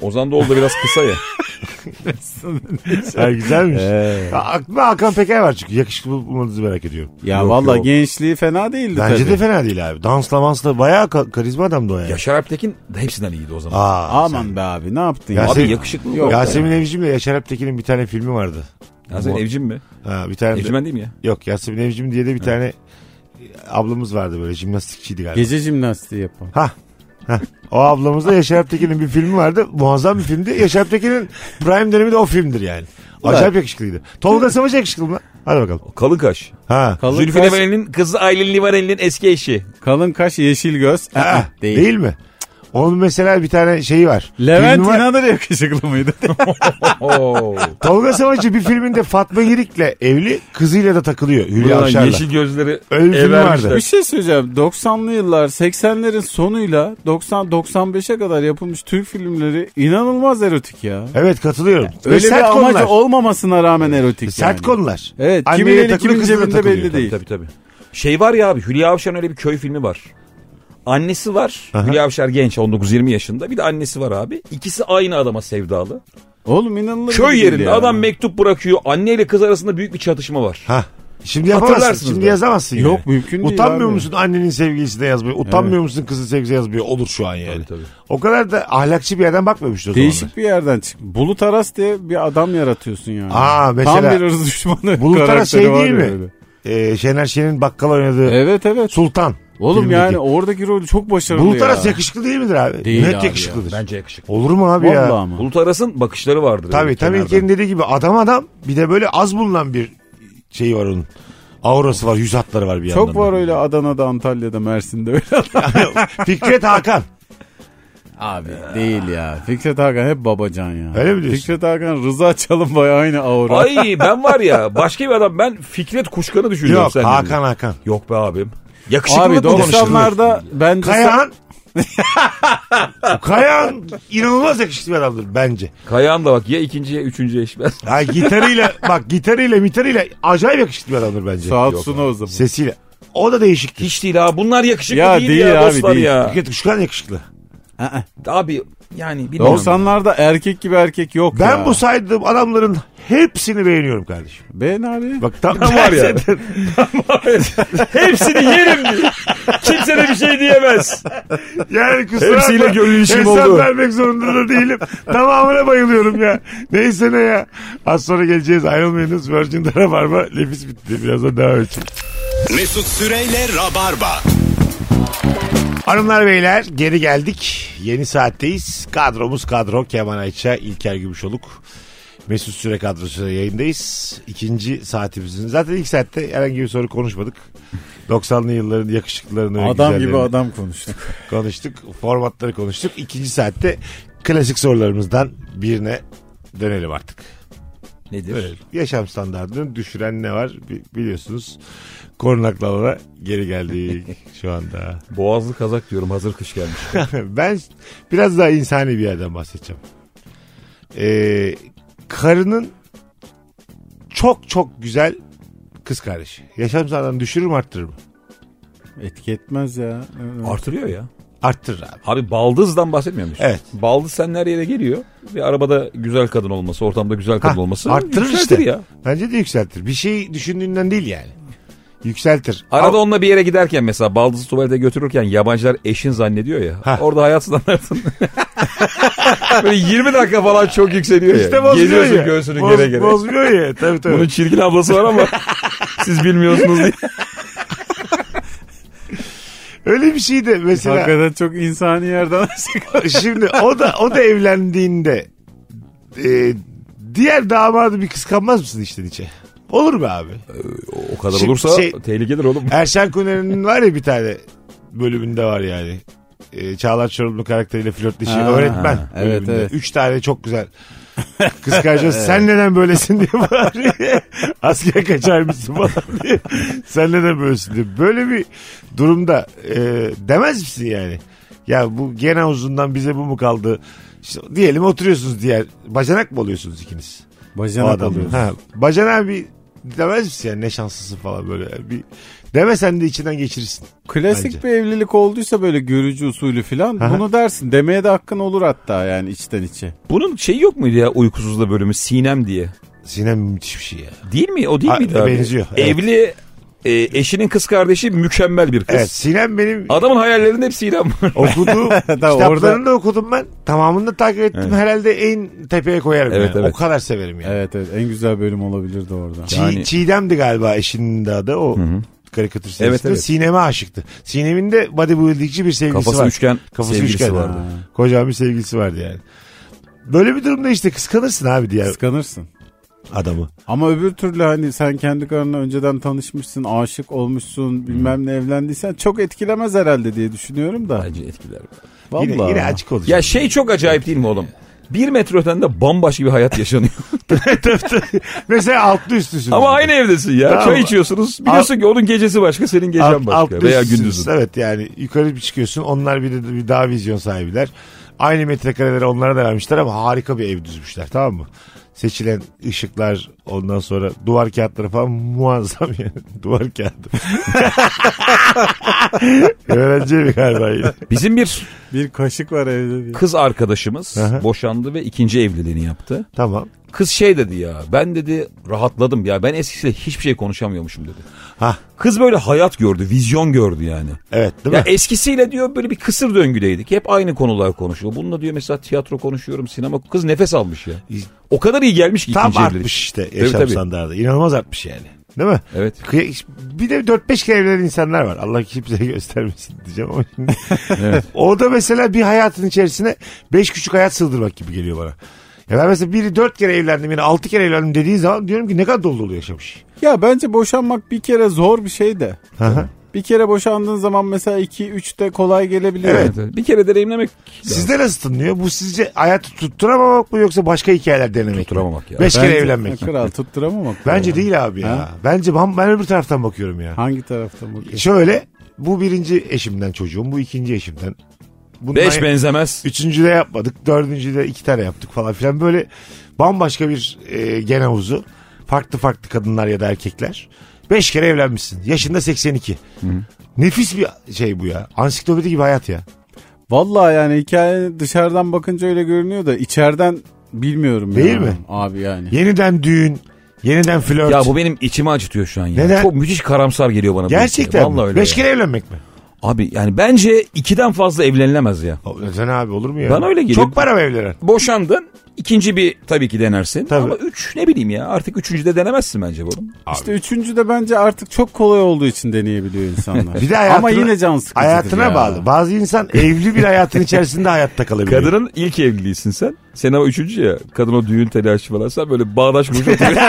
Speaker 5: Ozan Doğulu da biraz kısa ya.
Speaker 3: Ay,
Speaker 4: [laughs]
Speaker 3: güzelmiş. Ya, Aklıma Hakan Peker var çünkü. Yakışıklı bulmanızı merak ediyorum.
Speaker 4: Ya
Speaker 5: Yok,
Speaker 4: valla
Speaker 5: yok.
Speaker 4: gençliği fena değildi
Speaker 3: Bence
Speaker 4: tabii.
Speaker 3: de fena değil abi. Dansla mansla bayağı ka- karizma adamdı o yani.
Speaker 5: Yaşar Alptekin de hepsinden iyiydi o zaman.
Speaker 3: Aa,
Speaker 4: Aman be abi ne yaptın ya?
Speaker 3: Ya
Speaker 5: Abi
Speaker 3: Yasemin-
Speaker 5: yakışıklı mı?
Speaker 4: Yok.
Speaker 3: Yasemin Evcim'le Yaşar Aptekin'in bir tane filmi vardı.
Speaker 5: Ya sen evcim mi?
Speaker 3: Ha, bir tane de-
Speaker 5: Evcimen değil mi ya?
Speaker 3: Yok Yasemin Evcim diye de bir tane e, ablamız vardı böyle jimnastikçiydi galiba.
Speaker 4: Gece jimnastiği yapan.
Speaker 3: Ha. Ha. O ablamızda Yaşar Aptekin'in bir filmi vardı. Muazzam bir filmdi. Yaşar Aptekin'in prime dönemi de o filmdir yani. Acayip yakışıklıydı. Tolga Savaş yakışıklı mı? lan? Hadi bakalım.
Speaker 5: Kalın kaş.
Speaker 3: Ha.
Speaker 4: Kalın
Speaker 5: Zülfü
Speaker 4: kaş,
Speaker 5: Livaneli'nin kızı Aylin Livaneli'nin eski eşi.
Speaker 4: kalın kaş yeşil göz.
Speaker 3: ha.
Speaker 4: Aa,
Speaker 3: Değil.
Speaker 4: değil.
Speaker 3: mi? Onun mesela bir tane şeyi var.
Speaker 4: Levent
Speaker 3: Filmi var.
Speaker 4: İnanır
Speaker 3: [laughs]
Speaker 4: yakışıklı mıydı?
Speaker 5: [laughs] Oo.
Speaker 3: Tolga Savaş'ı bir filminde Fatma Girik'le evli kızıyla da takılıyor. Hülya
Speaker 5: Ulan
Speaker 3: Avşar'la.
Speaker 5: yeşil gözleri
Speaker 3: Öyle bir film
Speaker 5: evermişler.
Speaker 3: vardı.
Speaker 4: bir şey söyleyeceğim. 90'lı yıllar 80'lerin sonuyla 90-95'e kadar yapılmış Türk filmleri inanılmaz erotik ya.
Speaker 3: Evet katılıyorum. Ve
Speaker 4: Öyle
Speaker 3: sert
Speaker 4: bir amacı
Speaker 3: konular.
Speaker 4: olmasına rağmen erotik yani.
Speaker 3: Sert konular.
Speaker 4: Evet
Speaker 3: Anneyle
Speaker 4: kimin eli
Speaker 3: takılı
Speaker 4: kimin
Speaker 3: kızla
Speaker 4: cebinde
Speaker 3: takılıyor.
Speaker 4: belli değil.
Speaker 5: Tabii tabii. Şey var ya abi Hülya Avşar'ın öyle bir köy filmi var. Annesi var. Hülya Avşar genç 19-20 yaşında. Bir de annesi var abi. İkisi aynı adama sevdalı.
Speaker 4: Oğlum inanılır
Speaker 5: Köy
Speaker 4: gibi
Speaker 5: yerinde
Speaker 4: değil ya.
Speaker 5: adam mektup bırakıyor. Anne ile kız arasında büyük bir çatışma var.
Speaker 3: Ha. Şimdi yapamazsın.
Speaker 5: Hatırlarsınız
Speaker 3: Şimdi
Speaker 5: da.
Speaker 3: yazamazsın.
Speaker 4: Yok,
Speaker 3: yani.
Speaker 4: mümkün değil
Speaker 3: Utanmıyor
Speaker 4: abi.
Speaker 3: musun annenin sevgilisi de yazmıyor. Utanmıyor musun kızın sevgilisi yazmıyor. Olur şu an yani.
Speaker 5: Tabii, tabii.
Speaker 3: O kadar da ahlakçı bir yerden bakmamıştı o zamanlar.
Speaker 4: Değişik bir yerden çık. Bulut Aras diye bir adam yaratıyorsun yani.
Speaker 3: Aa, mesela-
Speaker 4: Tam bir ırz düşmanı
Speaker 3: Bulut Aras
Speaker 4: karakteri
Speaker 3: şey
Speaker 4: var
Speaker 3: değil
Speaker 4: ya
Speaker 3: mi?
Speaker 4: öyle.
Speaker 3: Ee, Şener Şen'in bakkal oynadığı
Speaker 4: Evet evet.
Speaker 3: Sultan.
Speaker 4: Oğlum
Speaker 3: filmindeki.
Speaker 4: yani oradaki rolü çok başarılı
Speaker 3: Bulut
Speaker 4: ya.
Speaker 3: Aras yakışıklı değil midir abi?
Speaker 4: Değil
Speaker 3: Net
Speaker 4: abi
Speaker 3: yakışıklıdır.
Speaker 5: Bence yakışıklı.
Speaker 3: Olur mu abi
Speaker 4: Vallahi
Speaker 3: ya?
Speaker 4: ama.
Speaker 5: Bulut Aras'ın bakışları vardır.
Speaker 3: Tabii
Speaker 5: öyle
Speaker 3: tabii
Speaker 5: kenardan.
Speaker 3: İlker'in dediği gibi adam adam bir de böyle az bulunan bir şeyi var onun. Aurası var, yüz hatları var bir yandan.
Speaker 4: Çok var öyle Adana'da, Antalya'da, Mersin'de öyle adam.
Speaker 3: Fikret Hakan.
Speaker 4: Abi [laughs] değil ya. Fikret Hakan hep babacan ya.
Speaker 3: Öyle mi diyorsun?
Speaker 4: Fikret Hakan Rıza Çalınbay aynı aura.
Speaker 5: Ay ben var ya başka bir adam ben Fikret Kuşkan'ı düşünüyorum
Speaker 3: Yok
Speaker 5: sen dedin.
Speaker 3: Hakan Hakan.
Speaker 5: Yok be abim. Yakışıklılık
Speaker 4: Abi
Speaker 5: mı konuştun?
Speaker 4: 90'larda bence
Speaker 3: Kayahan. [laughs] Bu Kayahan inanılmaz yakışıklı bir adamdır bence.
Speaker 5: Kayahan da bak ya ikinciye üçüncüye eşmez.
Speaker 3: Ha, gitarıyla bak gitarıyla mitarıyla acayip yakışıklı bir adamdır bence.
Speaker 4: Saat Sunu o zaman.
Speaker 3: Sesiyle. O da değişiktir.
Speaker 5: [laughs] Hiç değil abi bunlar yakışıklı
Speaker 4: Ya
Speaker 5: değil,
Speaker 4: değil
Speaker 5: ya
Speaker 4: abi,
Speaker 5: dostlar
Speaker 4: değil.
Speaker 5: ya.
Speaker 3: Fikret Kuşkan yakışıklı.
Speaker 5: Abi yani bilmiyorum. [laughs]
Speaker 4: 90'larda erkek gibi erkek yok
Speaker 3: Ben
Speaker 4: ya.
Speaker 3: bu saydığım adamların hepsini beğeniyorum kardeşim.
Speaker 4: Ben abi.
Speaker 3: Bak tam
Speaker 5: Ben var ya.
Speaker 3: Gerçekten.
Speaker 5: Hepsini yerim diyor. Kimse de bir şey diyemez.
Speaker 3: [laughs] Yani kusura
Speaker 5: Hepsiyle
Speaker 3: bakma,
Speaker 5: gönül ilişkim
Speaker 3: hesap
Speaker 5: oldu.
Speaker 3: vermek zorunda da değilim. Tamamına bayılıyorum ya. Neyse ne ya. Az sonra geleceğiz. Ayrılmayınız. Virgin'de Rabarba nefis bitti. Birazdan devam edeceğiz.
Speaker 2: Mesut Süreyle Rabarba.
Speaker 3: Hanımlar beyler geri geldik. Yeni saatteyiz. Kadromuz kadro. Kemal Ayça, İlker Gümüşoluk. Mesut Süre kadrosuyla yayındayız. İkinci saatimizin. Zaten ilk saatte herhangi bir soru
Speaker 4: [laughs]
Speaker 3: konuşmadık. 90'lı yılların yakışıklılarını ve
Speaker 4: Adam gibi
Speaker 3: güzellerini
Speaker 4: adam konuştuk.
Speaker 3: konuştuk. Formatları konuştuk. İkinci saatte klasik sorularımızdan birine dönelim artık.
Speaker 5: Nedir?
Speaker 3: Dönelim. Yaşam standartını düşüren ne var Bi- biliyorsunuz. Korunaklı alana geri
Speaker 4: [laughs]
Speaker 3: geldik şu anda.
Speaker 5: Boğazlı kazak diyorum hazır kış gelmiş.
Speaker 3: ben biraz daha insani bir yerden bahsedeceğim. Ee, karının çok çok güzel kız kardeşi. Yaşam standartını düşürür mü arttırır mı?
Speaker 4: Etki etmez ya.
Speaker 5: Artırıyor ya.
Speaker 3: Arttırır abi.
Speaker 5: Abi baldızdan bahsetmiyor musun?
Speaker 3: Evet.
Speaker 5: Baldız senin her yere geliyor ve arabada güzel kadın olması, ortamda güzel kadın
Speaker 3: Ha,
Speaker 5: olması
Speaker 3: arttırır
Speaker 5: yükseltir
Speaker 3: işte.
Speaker 5: ya.
Speaker 3: Bence de yükseltir. Bir şey düşündüğünden değil yani. Yükseltir.
Speaker 5: Arada
Speaker 3: Ama-
Speaker 5: onunla bir yere giderken mesela baldızı tuvalete götürürken yabancılar eşin zannediyor ya.
Speaker 3: Ha.
Speaker 5: Orada hayat standartın. [laughs] Böyle 20 dakika falan çok yükseliyor ya.
Speaker 3: işte bozmuyor
Speaker 5: Geziyorsun
Speaker 3: ya.
Speaker 5: göğsünü
Speaker 3: Boz-
Speaker 5: gere gere.
Speaker 3: Bozmuyor ya. Tabii tabii.
Speaker 5: Bunun çirkin ablası
Speaker 3: [laughs]
Speaker 5: var ama siz bilmiyorsunuz diye.
Speaker 3: Öyle bir şey de mesela
Speaker 4: Hakikaten çok insani yerden [laughs] açtık.
Speaker 3: [laughs] şimdi o da o da evlendiğinde e, diğer damadı bir kıskanmaz mısın işte içe? Olur mu abi?
Speaker 5: O kadar
Speaker 3: Şimdi
Speaker 5: olursa
Speaker 3: şey-
Speaker 4: [laughs]
Speaker 5: tehlikedir oğlum.
Speaker 3: Erşen Kuner'in var ya bir tane bölümünde var yani. E, Çağlar Çorumlu karakteriyle flörtleşiyor.
Speaker 4: Ha,
Speaker 3: Öğretmen.
Speaker 4: evet,
Speaker 3: bölümünde.
Speaker 4: evet.
Speaker 3: Üç tane çok
Speaker 4: [laughs]
Speaker 3: güzel kıskanca sen neden böylesin diye bağırıyor. [laughs] Asker kaçar mısın falan diye. Sen neden böylesin diye. Böyle bir durumda e, demez misin yani? Ya bu gen havuzundan bize bu mu kaldı? İşte diyelim oturuyorsunuz diğer. Bacanak mı oluyorsunuz ikiniz? O
Speaker 4: Bacanak
Speaker 3: adam.
Speaker 4: alıyoruz.
Speaker 3: Ha, bacana bir demez misin yani ne şanslısın falan böyle. Bir, demesen de içinden geçirirsin.
Speaker 4: Klasik
Speaker 3: Bence.
Speaker 4: bir evlilik olduysa böyle görücü usulü filan
Speaker 3: Aha.
Speaker 4: bunu dersin. Demeye de hakkın olur hatta yani içten içe.
Speaker 5: Bunun şeyi yok muydu ya uykusuzla bölümü Sinem diye.
Speaker 3: Sinem müthiş bir şey ya.
Speaker 5: Değil mi? O değil
Speaker 3: Ha,
Speaker 5: miydi abi?
Speaker 3: benziyor, evet.
Speaker 5: Evli e, eşinin kız kardeşi mükemmel bir kız.
Speaker 3: Evet Sinem benim
Speaker 5: Adamın hayallerinde hep Sinem var.
Speaker 3: okuduğum kitaplarını
Speaker 4: orada-
Speaker 3: da okudum ben. Tamamını da takip ettim. Herhalde en tepeye koyarım
Speaker 5: Evet,
Speaker 3: yani.
Speaker 5: evet.
Speaker 3: O kadar severim yani.
Speaker 4: Evet evet en güzel bölüm olabilirdi orada.
Speaker 3: Çi-
Speaker 5: Yani-
Speaker 3: Çiğdem'di galiba eşinin de adı o karikatür serisinde.
Speaker 5: Evet, evet.
Speaker 3: Sinem'e aşıktı. Sinem'in de bodybuildingçi bir sevgilisi
Speaker 5: Kafası
Speaker 3: var.
Speaker 5: üçgen
Speaker 3: Kafası
Speaker 5: sevgilisi
Speaker 3: üçgen.
Speaker 5: vardı.
Speaker 3: Ha. Kocaman bir sevgilisi vardı yani. Böyle bir durumda işte kıskanırsın abi diğer
Speaker 4: Kıskanırsın.
Speaker 3: adamı.
Speaker 4: Ama öbür türlü hani sen kendi karına önceden tanışmışsın, aşık olmuşsun, bilmem ne evlendiysen çok etkilemez herhalde diye düşünüyorum da.
Speaker 5: Bence etkiler.
Speaker 4: Vallahi.
Speaker 3: Yine, yine açık olacak.
Speaker 5: Ya şey çok acayip değil mi oğlum? Bir metre ötende bambaşka bir
Speaker 3: [laughs]
Speaker 5: hayat yaşanıyor.
Speaker 3: Mesela altlı üstlüsün.
Speaker 5: Ama aynı evdesin ya.
Speaker 3: Tamam.
Speaker 5: Çay içiyorsunuz. Biliyorsun ki onun gecesi başka, senin gecen
Speaker 3: Alt-
Speaker 5: başka.
Speaker 3: altlı
Speaker 5: Veya
Speaker 3: üstlüsünüz.
Speaker 5: gündüzün.
Speaker 3: Evet yani yukarı bir çıkıyorsun. Onlar bir de bir daha vizyon sahibiler. Aynı metrekareleri onlara da vermişler ama harika bir ev düzmüşler tamam mı? Seçilen ışıklar ondan sonra duvar kağıtları falan muazzam yani. [laughs] Duvar kağıdı. Öğrenci evi galiba yine.
Speaker 5: Bizim bir
Speaker 4: Bir kaşık var evde diye.
Speaker 5: kız arkadaşımız boşandı ve ikinci evliliğini yaptı.
Speaker 3: Tamam.
Speaker 5: Kız şey dedi ya ben dedi rahatladım ya ben eskisiyle hiçbir şey konuşamıyormuşum dedi.
Speaker 3: Ha
Speaker 5: Kız böyle hayat gördü, vizyon gördü yani.
Speaker 3: evet değil
Speaker 5: Ya
Speaker 3: mi?
Speaker 5: eskisiyle diyor böyle bir kısır döngüdeydik. Hep aynı konular konuşuyor. Bununla diyor mesela tiyatro konuşuyorum, sinema. Kız nefes almış ya. O kadar iyi gelmiş ki
Speaker 3: Tam
Speaker 5: ikinci evlilik.
Speaker 3: artmış işte
Speaker 5: Tabii,
Speaker 3: yaşam
Speaker 5: tabii.
Speaker 3: standartı. İnanılmaz artmış yani. Değil mi?
Speaker 5: Evet.
Speaker 3: Kıya- Bir de 4-5 kere evlenen insanlar var. Allah kimseye [laughs] göstermesin diyeceğim ama
Speaker 5: [laughs]
Speaker 3: şimdi. O da mesela bir hayatın içerisine 5 küçük hayat sığdırmak gibi geliyor bana. Ya ben mesela biri 4 kere evlendim yine 6 kere evlendim dediği zaman diyorum ki ne kadar dolu dolu yaşamış.
Speaker 4: Ya bence boşanmak bir kere zor bir şey de.
Speaker 3: Hı hı.
Speaker 4: Bir kere boşandığın zaman mesela 2 3 de kolay gelebiliyor.
Speaker 5: Evet, evet. Bir kere deneyimlemek lazım.
Speaker 3: Sizde nasıl tınlıyor? Bu sizce hayatı tutturamamak mı yoksa başka hikayeler denemek mi?
Speaker 5: Tutturamamak ya.
Speaker 3: 5 kere
Speaker 4: Bence-
Speaker 3: evlenmek.
Speaker 4: Ya Kral tutturamamak.
Speaker 3: Bence
Speaker 4: ya.
Speaker 3: değil abi ya. Bence ben, ben öbür taraftan bakıyorum ya.
Speaker 4: Hangi taraftan bakıyorsun?
Speaker 3: E Şöyle bu birinci eşimden çocuğum bu ikinci eşimden. Bundan
Speaker 5: Beş benzemez.
Speaker 3: Üçüncüde yapmadık. Dördüncüde iki tane yaptık falan filan. Böyle bambaşka bir e, gen havuzu. Farklı farklı kadınlar ya da erkekler. Beş kere evlenmişsin. Yaşında 82. Nefis bir şey bu ya. Ansiklopedi gibi hayat ya.
Speaker 4: Vallahi yani hikaye dışarıdan bakınca öyle görünüyor da içeriden bilmiyorum
Speaker 3: Değil
Speaker 4: ya.
Speaker 3: mi?
Speaker 4: Abi yani.
Speaker 3: Yeniden düğün. Yeniden flört.
Speaker 5: Ya bu benim içimi acıtıyor şu an ya.
Speaker 3: Neden?
Speaker 5: Çok müthiş karamsar geliyor bana. bu
Speaker 3: Gerçekten
Speaker 5: hikaye.
Speaker 3: mi?
Speaker 5: Vallahi öyle.
Speaker 3: Beş
Speaker 5: ya.
Speaker 3: kere evlenmek mi?
Speaker 5: Abi yani bence ikiden fazla evlenilemez ya.
Speaker 3: O- Neden abi olur mu ya?
Speaker 5: Bana öyle geliyor.
Speaker 3: Çok para mı evlenen?
Speaker 5: Boşandın. ikinci bir tabii ki denersin.
Speaker 3: Tabii.
Speaker 5: Ama üç ne bileyim ya artık üçüncüde denemezsin bence bunu.
Speaker 4: İşte üçüncü de bence artık çok kolay olduğu için deneyebiliyor insanlar.
Speaker 3: [laughs] Bir de hayatına,
Speaker 4: Ama yine can sıkıcıdır
Speaker 3: Hayatına
Speaker 4: ya.
Speaker 3: bağlı. Bazı insan evli bir hayatın içerisinde hayatta kalabiliyor.
Speaker 5: Kadının ilk evliliğisin sen. Sen ama üçüncü ya. Kadın o düğün telaşı falan. Sen böyle bağdaş kurucu [laughs] oturuyorsun.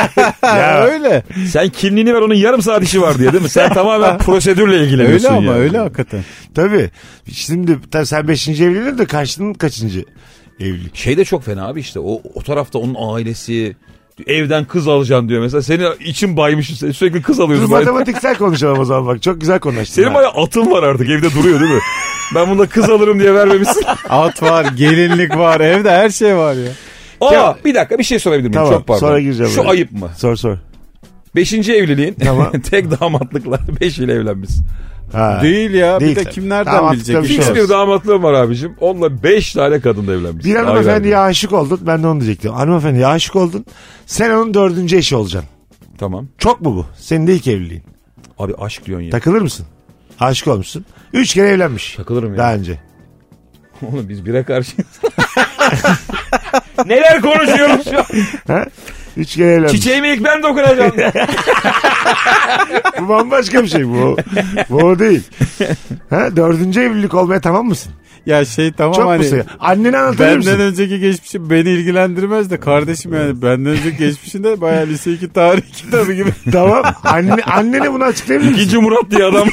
Speaker 4: Ha,
Speaker 3: ya,
Speaker 4: öyle.
Speaker 5: Sen kimliğini ver onun yarım saat işi var diye değil mi? [laughs] Sen tamamen prosedürle
Speaker 4: Öyle
Speaker 5: ilgileniyorsun
Speaker 4: ama
Speaker 5: yani.
Speaker 4: öyle hakikaten.
Speaker 3: tabii. Şimdi tabii sen beşinci evliliğin de karşının kaçıncı evlilik?
Speaker 5: Şey de çok fena abi işte. O, o tarafta onun ailesi evden kız alacaksın diyor mesela. Senin için baymış. Sen sürekli kız
Speaker 3: Dur
Speaker 5: alıyorsun. Bari-
Speaker 3: matematiksel konuşalım o zaman bak. Çok güzel konuştun.
Speaker 5: Senin
Speaker 3: ha.
Speaker 5: bayağı atın var artık evde duruyor değil mi? Ben bunda kız alırım
Speaker 3: [laughs]
Speaker 5: diye vermemişsin.
Speaker 4: At var, gelinlik var, evde her şey var ya.
Speaker 5: Aa bir dakika bir şey sorabilir miyim?
Speaker 3: Tamam,
Speaker 5: Çok pardon.
Speaker 3: sonra gireceğim
Speaker 5: Şu
Speaker 3: oraya.
Speaker 5: ayıp mı?
Speaker 3: Sor sor.
Speaker 5: Beşinci evliliğin
Speaker 3: Tamam.
Speaker 5: [laughs] tek damatlıkla [laughs] beşiyle evlenmişsin.
Speaker 3: Ha.
Speaker 4: Değil ya.
Speaker 3: Değil
Speaker 4: bir de
Speaker 3: tabii.
Speaker 4: kim nereden
Speaker 3: Tamam,
Speaker 4: bilecek?
Speaker 3: tabii
Speaker 4: Bir
Speaker 5: Fix
Speaker 3: şey
Speaker 4: şey.
Speaker 5: bir damatlığım var abicim. Onunla beş tane kadınla evlenmişsin.
Speaker 3: Bir
Speaker 5: Ay
Speaker 3: hanımefendiye
Speaker 5: verdim.
Speaker 3: aşık oldun. Ben de onu diyecektim. Hanımefendiye aşık oldun. Sen onun dördüncü eşi olacaksın.
Speaker 5: Tamam.
Speaker 3: Çok mu bu? Senin de ilk evliliğin.
Speaker 5: Abi aşk diyorsun ya.
Speaker 3: Takılır mısın? Aşık olmuşsun. Üç kere evlenmiş.
Speaker 5: Takılırım ya.
Speaker 3: Daha önce.
Speaker 5: [laughs] Oğlum biz
Speaker 3: [laughs]
Speaker 5: bire karşıyız. Neler konuşuyoruz şu an?
Speaker 3: Üç kere evlenmiş.
Speaker 5: Çiçeğimi ilk ben dokunacağım.
Speaker 3: [laughs] Bu bambaşka bir şey bu. bu o değil. Ha, dördüncü evlilik olmaya tamam mısın?
Speaker 4: Ya şey tamam
Speaker 3: Çok
Speaker 4: hani.
Speaker 3: mu sayı? Annene anlatabilir
Speaker 4: Benden
Speaker 3: misin?
Speaker 4: önceki geçmişim beni ilgilendirmez de kardeşim yani benden önceki geçmişinde bayağı lise 2
Speaker 3: [laughs]
Speaker 4: tarih kitabı gibi.
Speaker 3: Tamam. Anne, annene bunu açıklayabilir misin?
Speaker 5: İkinci Murat diye [laughs] adam.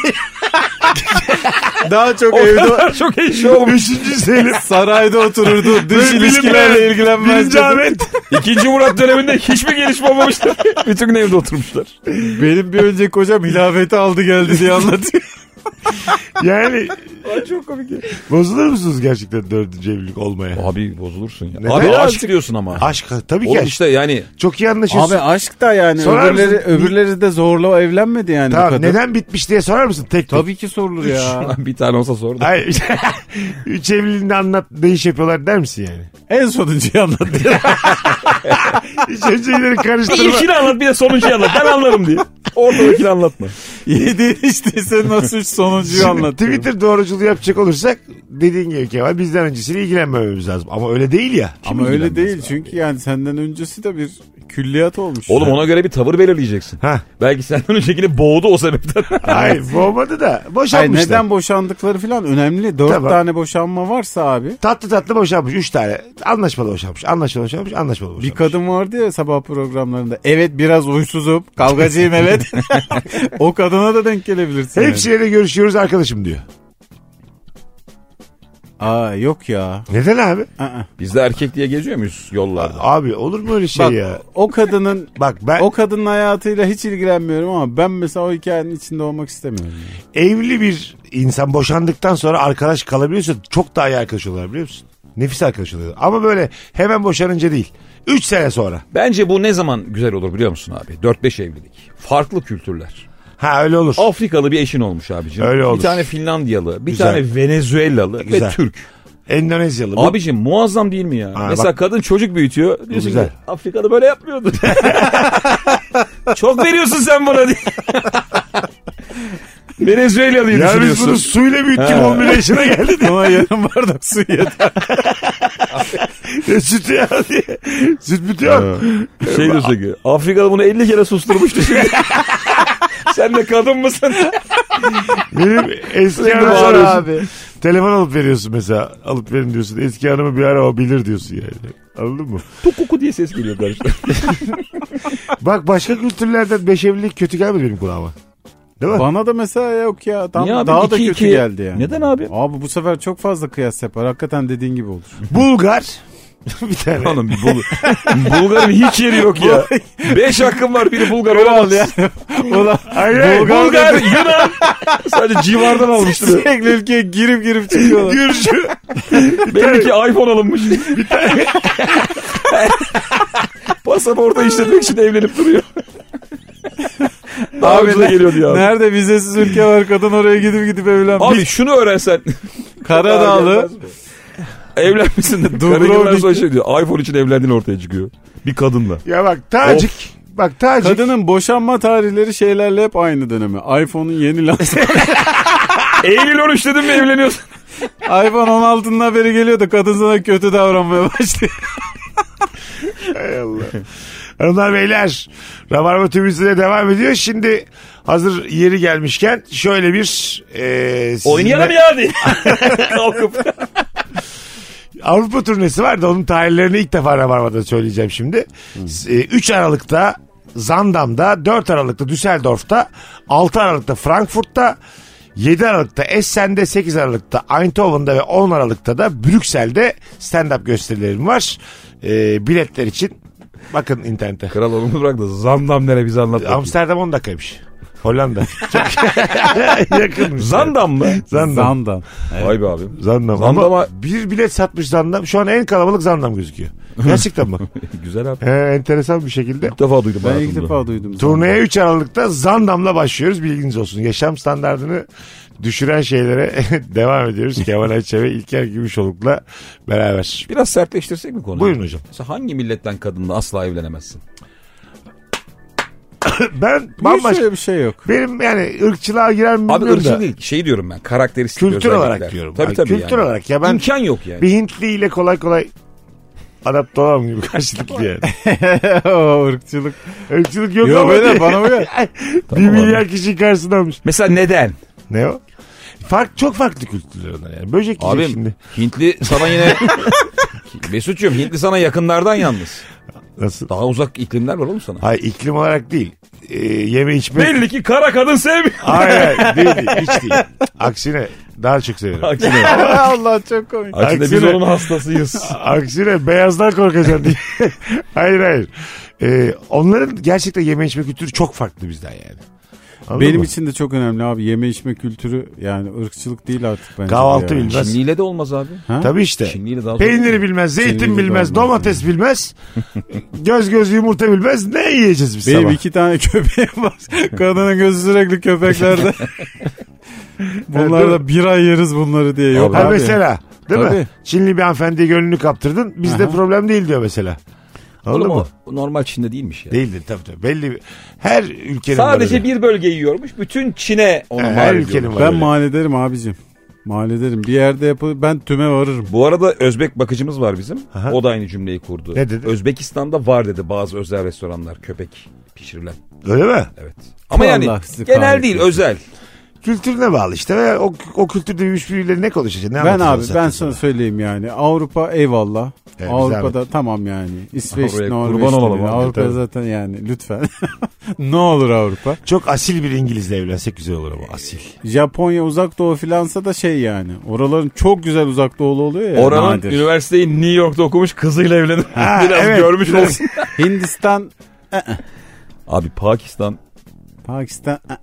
Speaker 4: Daha çok
Speaker 5: o
Speaker 4: evde
Speaker 5: kadar [laughs] çok eşi olmuş.
Speaker 3: Üçüncü
Speaker 4: [laughs]
Speaker 3: Selim.
Speaker 4: sarayda otururdu. Dış
Speaker 3: Böyle
Speaker 4: ilişkilerle
Speaker 3: bilinmeyen-
Speaker 4: ilgilenmez.
Speaker 3: Birinci
Speaker 4: dedi.
Speaker 3: Ahmet.
Speaker 5: İkinci Murat döneminde hiçbir gelişme olmamıştır. [laughs] Bütün gün evde oturmuşlar.
Speaker 4: Benim bir önceki hocam hilafeti aldı geldi diye anlatıyor.
Speaker 3: Yani
Speaker 5: çok komik ya.
Speaker 3: bozulur musunuz gerçekten dördüncü evlilik olmaya?
Speaker 5: Abi bozulursun ya.
Speaker 3: Neden?
Speaker 5: Abi aşk
Speaker 3: Birazcık-
Speaker 5: diyorsun ama.
Speaker 3: Aşk tabii ki
Speaker 5: Oğlum
Speaker 3: aşk.
Speaker 5: işte yani
Speaker 3: Çok iyi anlaşıyorsun.
Speaker 4: [laughs] Abi aşk da yani
Speaker 3: Sorar
Speaker 4: öbürleri,
Speaker 3: mısın?
Speaker 4: öbürleri de zorla evlenmedi yani bu
Speaker 3: tamam
Speaker 4: kadın.
Speaker 3: neden bitmiş diye sorar mısın tek tek?
Speaker 4: Tabii ki sorulur ya.
Speaker 5: bir tane olsa sor da.
Speaker 3: Hayır. [laughs] Üç evliliğinde anlat ne iş yapıyorlar der misin
Speaker 4: [laughs]
Speaker 3: yani?
Speaker 4: en sonuncuyu anlattı.
Speaker 3: [laughs] Hiç önceleri
Speaker 5: Bir
Speaker 3: karıştırma.
Speaker 5: ilkini anlat bir de sonuncuyu anlat. Ben anlarım diye. [laughs] Ortadakini anlatma.
Speaker 4: Yediğin içtiyse nasıl üç sonuncuyu
Speaker 3: Şimdi
Speaker 4: anlattı.
Speaker 3: Twitter doğruculuğu yapacak olursak dediğin gibi Kemal bizden öncesiyle ilgilenmememiz lazım. Ama öyle değil ya.
Speaker 4: Ama öyle değil çünkü yani senden öncesi de bir külliyat olmuş.
Speaker 5: Oğlum ona göre bir tavır belirleyeceksin.
Speaker 3: Ha.
Speaker 5: Belki senden öncekini boğdu o sebepten.
Speaker 3: Hayır bu olmadı da
Speaker 4: Ay
Speaker 3: boşanmışlar.
Speaker 4: neden boşandıkları falan önemli. Dört
Speaker 3: Tamam.
Speaker 4: tane boşanma varsa abi.
Speaker 3: Tatlı tatlı boşanmış. Üç tane. Anlaşmalı boşanmış. Anlaşmalı boşanmış. Anlaşmalı boşanmış.
Speaker 4: Bir kadın vardı ya sabah programlarında. Evet biraz uysuzum. Kavgacıyım
Speaker 3: [laughs]
Speaker 4: evet. [laughs] o kadına da denk gelebilirsin. yani.
Speaker 3: Hepsiyle de görüşüyoruz arkadaşım diyor.
Speaker 4: Aa yok ya.
Speaker 3: Neden abi?
Speaker 4: Aa.
Speaker 5: [laughs] Biz de erkek diye geziyor muyuz yollarda?
Speaker 3: Abi olur mu öyle şey
Speaker 4: Bak
Speaker 3: ya?
Speaker 4: o kadının
Speaker 3: [laughs] Bak ben
Speaker 4: o kadının hayatıyla hiç ilgilenmiyorum ama ben mesela o hikayenin içinde olmak istemiyorum. yani.
Speaker 3: evli bir insan boşandıktan sonra arkadaş kalabiliyorsa çok daha iyi arkadaş oluyorlar biliyor musun? Nefis arkadaş oluyor. Ama böyle hemen boşanınca değil. 3 sene sonra.
Speaker 5: Bence bu ne zaman güzel olur biliyor musun abi? 4-5 evlilik. Farklı kültürler.
Speaker 3: Ha öyle olur.
Speaker 5: Afrikalı bir eşin olmuş abicim.
Speaker 3: Öyle olur.
Speaker 5: Bir tane Finlandiyalı, bir
Speaker 3: Güzel.
Speaker 5: tane Venezuelalı
Speaker 3: Güzel.
Speaker 5: ve Türk.
Speaker 3: Endonezyalı. Bu-
Speaker 5: Abicim muazzam değil mi ya?
Speaker 3: Ha,
Speaker 5: Mesela kadın çocuk büyütüyor. Diyorsun
Speaker 3: güzel.
Speaker 5: ki Afrika'da böyle yapmıyordu. [laughs] Çok veriyorsun sen buna diye. [laughs] Venezuela'lıyı
Speaker 3: Ya biz
Speaker 5: düşünüyorsun.
Speaker 3: bunu suyla büyüttük 11 yaşına geldi diye.
Speaker 4: Ama yarım bardak su
Speaker 3: [laughs]
Speaker 4: yeter.
Speaker 3: Süt ya diye. Süt bitiyor.
Speaker 5: Şey diyorsun ki Afrika'da bunu 50 kere susturmuştu [laughs] şimdi. sen de kadın mısın? [laughs]
Speaker 3: Benim eski
Speaker 5: Sürekli
Speaker 3: hanımım
Speaker 5: bağırıyorsun.
Speaker 3: abi. Telefon alıp veriyorsun mesela. Alıp verin diyorsun. Eski hanımı bir ara o bilir diyorsun yani. Anladın mı?
Speaker 5: Tuk kuku diye ses geliyor karşıda.
Speaker 3: Bak başka kültürlerden beş evlilik kötü gelmedi benim kulağıma. Değil mi?
Speaker 4: Bana da mesela yok ya. Tam
Speaker 5: Niye abi?
Speaker 4: daha da
Speaker 5: İki,
Speaker 4: kötü
Speaker 5: iki.
Speaker 4: geldi yani.
Speaker 5: Neden abi?
Speaker 4: Abi bu sefer çok fazla kıyas yapar. Hakikaten dediğin gibi
Speaker 3: [laughs]
Speaker 4: olur.
Speaker 3: Bulgar. bir tane.
Speaker 4: [laughs]
Speaker 5: Hanım Bul Bulgar'ın hiç yeri yok ya. [laughs] Beş hakkım var biri Bulgar olamaz. Ya.
Speaker 3: [laughs]
Speaker 4: Ulan
Speaker 3: Aynen. [laughs]
Speaker 4: Bulgar-
Speaker 5: Bulgar, Yunan. [laughs] Sadece civardan
Speaker 4: [laughs]
Speaker 5: almıştı.
Speaker 4: sürekli ülkeye girip girip çıkıyorlar.
Speaker 3: Gürcü.
Speaker 5: Belli ki iPhone alınmış. [laughs] Pasaporta işletmek için evlenip duruyor. Daha ucuza geliyordu ya.
Speaker 4: Nerede vizesiz ülke var kadın oraya gidip gidip evlenmiş.
Speaker 5: Abi şunu öğrensen. [laughs]
Speaker 4: Karadağlı
Speaker 5: Evlenmişsin de.
Speaker 4: Dubrovnik.
Speaker 5: Dubrovnik. sonra şey diyor. iPhone için evlendiğin ortaya çıkıyor. Bir kadınla.
Speaker 3: Ya bak Tacik. Bak Tacik.
Speaker 4: kadının boşanma tarihleri şeylerle hep aynı dönemi. iPhone'un yeni lansmanı.
Speaker 5: [laughs] Eylül 13 dedim mi evleniyorsun?
Speaker 4: iPhone 16'nın haberi geliyor da kadın sana kötü davranmaya başlıyor.
Speaker 3: Hay Allah. Hanımlar beyler. Rabarba tümüzüne devam ediyor. Şimdi hazır yeri gelmişken şöyle bir e, sizinle-
Speaker 5: ya diye. Kalkıp.
Speaker 3: Avrupa turnesi var da onun tarihlerini ilk defa Rabarba'da söyleyeceğim şimdi. E, 3 Aralık'ta Zandam'da, 4 Aralık'ta Düsseldorf'ta, 6 Aralık'ta Frankfurt'ta, 7 Aralık'ta Essen'de, 8 Aralık'ta Eindhoven'da ve 10 Aralık'ta da Brüksel'de stand-up gösterilerim var. E, biletler için bakın internete.
Speaker 5: Kral onu bırak da zamdam nere bizi anlat. bakayım.
Speaker 3: Amsterdam 10 dakikaymış. Hollanda. Çok [laughs] yakınmış.
Speaker 5: Zandam mı?
Speaker 3: Zandam.
Speaker 4: Zandan.
Speaker 5: Vay be abim.
Speaker 3: Zandam.
Speaker 5: Zandam'a-
Speaker 3: Ama bir bilet satmış Zandam. Şu an en kalabalık Zandam gözüküyor. Gerçekten bak.
Speaker 5: Güzel abi.
Speaker 3: He, enteresan bir şekilde.
Speaker 5: İlk defa duydum
Speaker 4: Ben ilk
Speaker 5: hayatımda.
Speaker 4: defa duydum.
Speaker 3: Turneye 3 Aralık'ta Zandam'la başlıyoruz. Bilginiz olsun. Yaşam standartını düşüren şeylere [laughs] devam ediyoruz. Kemal Ayça ve İlker Gümüşoluk'la beraber.
Speaker 5: Biraz sertleştirsek mi konuyu?
Speaker 3: Buyurun hocam.
Speaker 5: Mesela hangi milletten kadınla asla evlenemezsin?
Speaker 3: Ben
Speaker 4: Bambaşka.
Speaker 3: bambaşka...
Speaker 4: bir şey yok.
Speaker 3: Benim yani ırkçılığa girer mi
Speaker 5: Abi
Speaker 3: bilmiyorum
Speaker 5: ırkçı
Speaker 3: da.
Speaker 5: değil. Şey diyorum ben. Karakteristik
Speaker 3: Kültür
Speaker 5: özellikler.
Speaker 3: olarak diyorum.
Speaker 5: Tabii
Speaker 3: Ay,
Speaker 5: tabii
Speaker 3: kültür
Speaker 5: yani.
Speaker 3: olarak. Ya ben
Speaker 5: İmkan yok yani.
Speaker 3: bir Hintli ile kolay kolay adapte olamam gibi karşılıklı yani.
Speaker 4: [laughs] o ırkçılık.
Speaker 3: Irkçılık yok
Speaker 4: Yok
Speaker 3: ama
Speaker 4: öyle
Speaker 3: diye. [laughs]
Speaker 4: bana uyar.
Speaker 3: bir
Speaker 5: abi.
Speaker 3: milyar kişi karşısına almış.
Speaker 5: Mesela neden?
Speaker 3: Ne o? Fark, çok farklı kültürler onlar yani. Böcek yiyecek
Speaker 5: Abim
Speaker 3: şimdi.
Speaker 5: Hintli sana yine... [laughs] Mesut'cum Hintli sana yakınlardan yalnız.
Speaker 3: Nasıl?
Speaker 5: Daha uzak iklimler var oğlum sana.
Speaker 3: Hayır iklim olarak değil. Ee, yeme içme.
Speaker 5: Belli ki kara kadın sevmiyor.
Speaker 3: Hayır hayır, değil, değil hiç değil. Aksine daha çok severim.
Speaker 5: [laughs] Aksine,
Speaker 4: Allah çok komik.
Speaker 5: aksine biz
Speaker 3: Aksine.
Speaker 5: onun hastasıyız.
Speaker 3: Aksine beyazdan korkacaksın diye. [laughs] hayır hayır. Ee, onların gerçekten yeme içme kültürü çok farklı bizden yani. Anladın
Speaker 4: Benim
Speaker 3: mı?
Speaker 4: için de çok önemli abi. Yeme içme kültürü yani ırkçılık değil artık bence.
Speaker 3: Kahvaltı
Speaker 4: bu ya.
Speaker 3: bilmez.
Speaker 5: Çinliyle de olmaz abi.
Speaker 3: Tabii işte.
Speaker 5: Çinliyle daha zor.
Speaker 3: Peyniri bilmez, zeytin
Speaker 4: Çinliyi de
Speaker 3: bilmez,
Speaker 4: olmaz
Speaker 3: domates
Speaker 4: [laughs]
Speaker 3: bilmez, göz göz yumurta bilmez. Ne yiyeceğiz biz
Speaker 4: Benim
Speaker 3: sabah? [laughs]
Speaker 4: iki tane köpeğim [laughs] var. Kadının gözü sürekli [laughs] köpeklerde. bunlar da bir ay yeriz bunları diye. Yok
Speaker 5: Abi,
Speaker 3: Ha
Speaker 4: abi.
Speaker 3: mesela değil mi?
Speaker 4: Tabii.
Speaker 3: Çinli bir hanımefendiye gönlünü kaptırdın. Bizde
Speaker 4: Aha.
Speaker 3: problem değil diyor mesela. Anladın
Speaker 5: Oğlum
Speaker 3: mı?
Speaker 5: o normal Çin'de değilmiş ya.
Speaker 3: Değildir tabii tabii. Belli bir- her ülkenin
Speaker 5: Sadece
Speaker 3: var öyle.
Speaker 5: bir bölge yiyormuş. Bütün Çin'e onu
Speaker 3: He,
Speaker 5: mal
Speaker 3: her
Speaker 5: ediyormuş.
Speaker 3: ülkenin var.
Speaker 4: Ben
Speaker 3: öyle.
Speaker 4: mal ederim abicim. Mal ederim. Bir yerde yapı ben tüme varırım.
Speaker 5: Bu arada Özbek bakıcımız var bizim.
Speaker 3: Aha.
Speaker 5: O da aynı cümleyi kurdu.
Speaker 3: Ne dedi?
Speaker 5: Özbekistan'da var dedi bazı özel restoranlar köpek pişirilen.
Speaker 3: Öyle mi?
Speaker 5: Evet. Ama yani
Speaker 4: Allah sizi
Speaker 5: genel
Speaker 4: kahretsin.
Speaker 5: değil özel.
Speaker 3: Kültürüne bağlı işte. Ve o, o kültürde birbiriyle ne konuşacak? Ne
Speaker 4: Ben
Speaker 3: anlatacak
Speaker 4: abi
Speaker 3: zaten
Speaker 4: ben sana söyleyeyim yani Avrupa eyvallah.
Speaker 3: Evet,
Speaker 4: Avrupa'da tamam yani. İsveç,
Speaker 5: Oraya
Speaker 4: Norveç.
Speaker 5: kurban olalım
Speaker 4: tabii.
Speaker 5: abi,
Speaker 4: Avrupa
Speaker 5: tabii.
Speaker 4: zaten yani lütfen. [laughs] ne olur Avrupa.
Speaker 3: Çok asil bir İngilizle evlensek güzel olur ama asil.
Speaker 4: Japonya uzak doğu filansa da şey yani. Oraların çok güzel uzak doğulu oluyor ya.
Speaker 5: Oranın
Speaker 4: nadir.
Speaker 5: üniversiteyi New York'ta okumuş kızıyla evlenir.
Speaker 3: Ha,
Speaker 5: [laughs] biraz
Speaker 3: evet,
Speaker 5: görmüş
Speaker 3: biraz- [laughs]
Speaker 5: olsun.
Speaker 4: [laughs] Hindistan,
Speaker 5: Abi Pakistan
Speaker 4: Pakistan. ı, ı.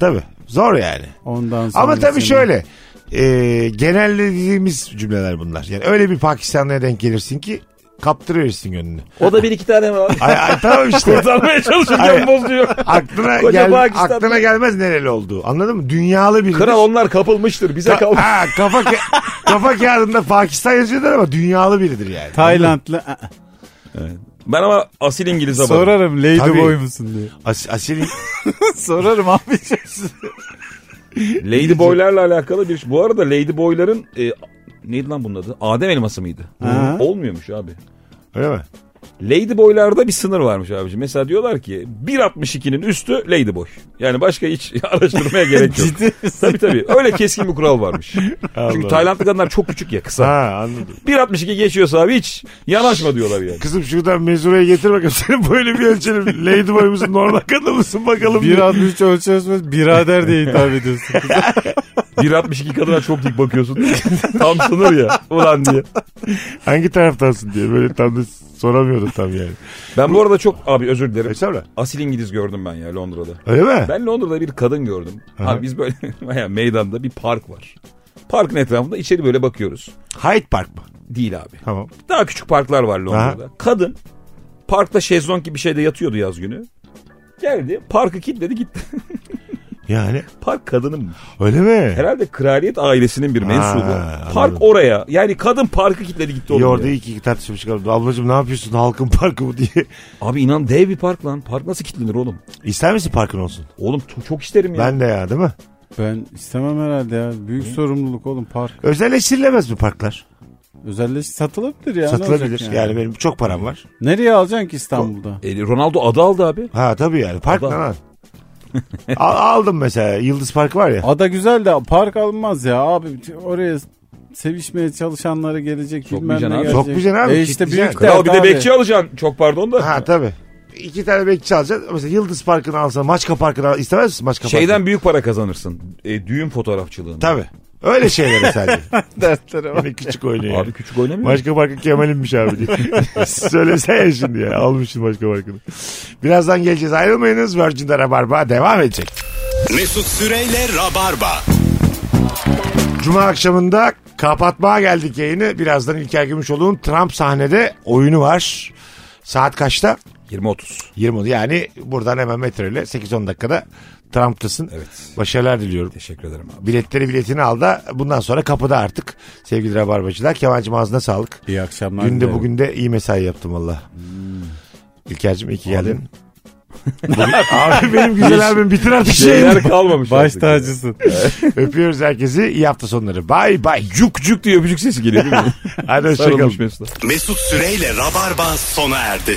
Speaker 3: Tabii. Zor yani.
Speaker 4: Ondan sonra
Speaker 3: Ama tabii
Speaker 4: senin-
Speaker 3: şöyle. e, genellediğimiz cümleler bunlar. Yani öyle bir Pakistanlı'ya denk gelirsin ki kaptırırsın gönlünü.
Speaker 5: O da bir iki tane
Speaker 3: [laughs]
Speaker 5: var.
Speaker 3: Ay, ay, tamam
Speaker 4: [laughs]
Speaker 3: işte.
Speaker 5: [laughs] Kurtarmaya
Speaker 3: Ay-
Speaker 5: çalışırken bozuyor.
Speaker 3: aklına,
Speaker 5: Koca
Speaker 3: gel,
Speaker 5: Pakistan-
Speaker 3: aklına gelmez nereli olduğu. Anladın mı? Dünyalı biridir.
Speaker 5: Kral onlar kapılmıştır. Bize
Speaker 3: Ka- [laughs]
Speaker 5: kalmış.
Speaker 3: ha, kafa, ka- kafa kağıdında Pakistan yazıyorlar ama dünyalı biridir yani.
Speaker 4: Taylandlı. Aa,
Speaker 5: Ben ama asil İngiliz abanım.
Speaker 4: Sorarım Lady
Speaker 3: Tabii.
Speaker 4: Boy musun diye.
Speaker 3: As- asil
Speaker 4: Sorarım [laughs] abi.
Speaker 5: Lady Boy'larla alakalı bir Bu arada Lady Boy'ların e, neydi lan bunun adı? Adem elması mıydı?
Speaker 4: Ha.
Speaker 5: Olmuyormuş abi.
Speaker 3: öyle mi?
Speaker 5: Lady Boy'larda bir sınır varmış abiciğim. Mesela diyorlar ki 1.62'nin üstü Lady Boy. Yani başka hiç [laughs] araştırmaya gerek yok.
Speaker 4: Ciddi misin?
Speaker 5: Tabii tabii. Öyle keskin bir kural varmış.
Speaker 3: [laughs] Allah.
Speaker 5: Çünkü Taylandlı kadınlar çok küçük ya kısa.
Speaker 3: Ha anladım.
Speaker 5: 1.62 geçiyorsa abi hiç yanaşma diyorlar yani.
Speaker 3: Kızım şuradan mezuraya getir bakalım. [laughs] Senin böyle bir ölçelim. Ladyboy musun? Normal kadın mısın bakalım. diye.
Speaker 4: 1.63 ölçüyorsunuz birader diye hitap ediyorsun.
Speaker 5: 1.62 kadına çok dik bakıyorsun. [laughs] Tam sınır ya. Ulan diye.
Speaker 3: Hangi taraftansın diye. Böyle tam da soramıyorum tam yani.
Speaker 5: Ben bu arada çok abi özür dilerim.
Speaker 3: Estağfurullah.
Speaker 5: Asil İngiliz gördüm ben ya Londra'da.
Speaker 3: Öyle mi?
Speaker 5: Ben Londra'da bir kadın gördüm. Abi biz böyle [laughs] baya meydanda bir park var. Parkın etrafında içeri böyle bakıyoruz.
Speaker 3: Hyde Park mı?
Speaker 5: Değil abi.
Speaker 3: Tamam.
Speaker 5: Daha küçük parklar var Londra'da. Kadın parkta şezlong gibi bir şeyde yatıyordu yaz günü. Geldi parkı kilitledi gitti. [laughs]
Speaker 3: Yani
Speaker 5: Park kadının
Speaker 3: öyle mi?
Speaker 5: herhalde kraliyet ailesinin bir mensubu.
Speaker 3: anladım.
Speaker 5: Park oraya yani kadın parkı kilitledi gitti.
Speaker 3: İyi
Speaker 5: oğlum
Speaker 3: orada
Speaker 5: ya.
Speaker 3: iki iki tartışmış kaldı. Ablacığım ne yapıyorsun halkın parkı bu diye. [laughs]
Speaker 5: Abi inan dev bir park lan. Park nasıl kilitlenir oğlum?
Speaker 3: İster misin parkın olsun?
Speaker 5: Oğlum t- çok isterim ya.
Speaker 3: Ben de ya değil mi?
Speaker 4: Ben istemem herhalde ya. Büyük sorumluluk oğlum park.
Speaker 3: Özelleştirilemez mi parklar?
Speaker 4: Özelleş satılabilir ya. ne
Speaker 3: Satılabilir.
Speaker 4: olacak
Speaker 3: Yani. benim çok param var.
Speaker 4: Nereye alacaksın ki İstanbul'da?
Speaker 5: E, Ronaldo adı aldı abi.
Speaker 3: Ha tabii yani. Park ne
Speaker 5: Adam-
Speaker 3: lan? Al- aldım mesela. Yıldız Park var ya.
Speaker 4: Ada güzel de park alınmaz ya abi. Oraya sevişmeye çalışanları gelecek bilmem ne
Speaker 5: Sokmayacaksın abi.
Speaker 4: gelecek.
Speaker 3: Sokmayacaksın abi,
Speaker 4: E işte
Speaker 3: kitleceksin.
Speaker 4: büyük
Speaker 5: Kral
Speaker 4: dert
Speaker 5: bir de
Speaker 4: abi.
Speaker 5: bekçi alacaksın. Çok pardon da.
Speaker 3: Ha tabii. İki tane bekçi alacaksın. Mesela Yıldız Parkı'nı alsan Maçka Parkı'nı al. İstemez misin Maçka Parkı'nı?
Speaker 5: Şeyden büyük para kazanırsın. E, düğün fotoğrafçılığında.
Speaker 3: Tabii. Öyle şeyler
Speaker 5: [laughs]
Speaker 3: sadece.
Speaker 4: Dertlere bak.
Speaker 3: Hani küçük oynuyor.
Speaker 5: Abi küçük oynamıyor.
Speaker 3: Başka parkın Kemal'inmiş abi
Speaker 5: [laughs]
Speaker 3: diye. Söylesene ya şimdi ya. Almışsın başka parkını. Birazdan geleceğiz. Ayrılmayınız. Virgin'de Rabarba devam edecek.
Speaker 2: Mesut Süreyle Rabarba.
Speaker 3: Cuma akşamında kapatmaya geldik yayını. Birazdan İlker Gümüşoğlu'nun Trump sahnede oyunu var. Saat kaçta?
Speaker 5: 20-30.
Speaker 3: 20 yani buradan hemen metro ile 8-10 dakikada Trump'tasın.
Speaker 5: Evet.
Speaker 3: Başarılar diliyorum.
Speaker 5: Teşekkür ederim abi.
Speaker 3: Biletleri biletini al da bundan sonra kapıda artık sevgili Rabarbacılar. Kemal'cim ağzına sağlık.
Speaker 4: İyi akşamlar.
Speaker 3: Dün de
Speaker 4: dilerim.
Speaker 3: bugün de iyi mesai yaptım valla. İlker'cim iyi ki geldin. Bugün- abi benim güzel abim bitir artık şeyini.
Speaker 5: Şeyler kalmamış.
Speaker 4: Baş
Speaker 5: artık ya.
Speaker 4: tacısın.
Speaker 3: Öpüyoruz herkesi. İyi hafta sonları. Bay bay.
Speaker 5: Cuk cuk diye öpücük sesi geliyor değil [laughs] mi? şey
Speaker 3: Hadi hoşçakalın.
Speaker 5: Sarılmış Mesut'a.
Speaker 2: Mesut Süreyle Rabarba sona erdi.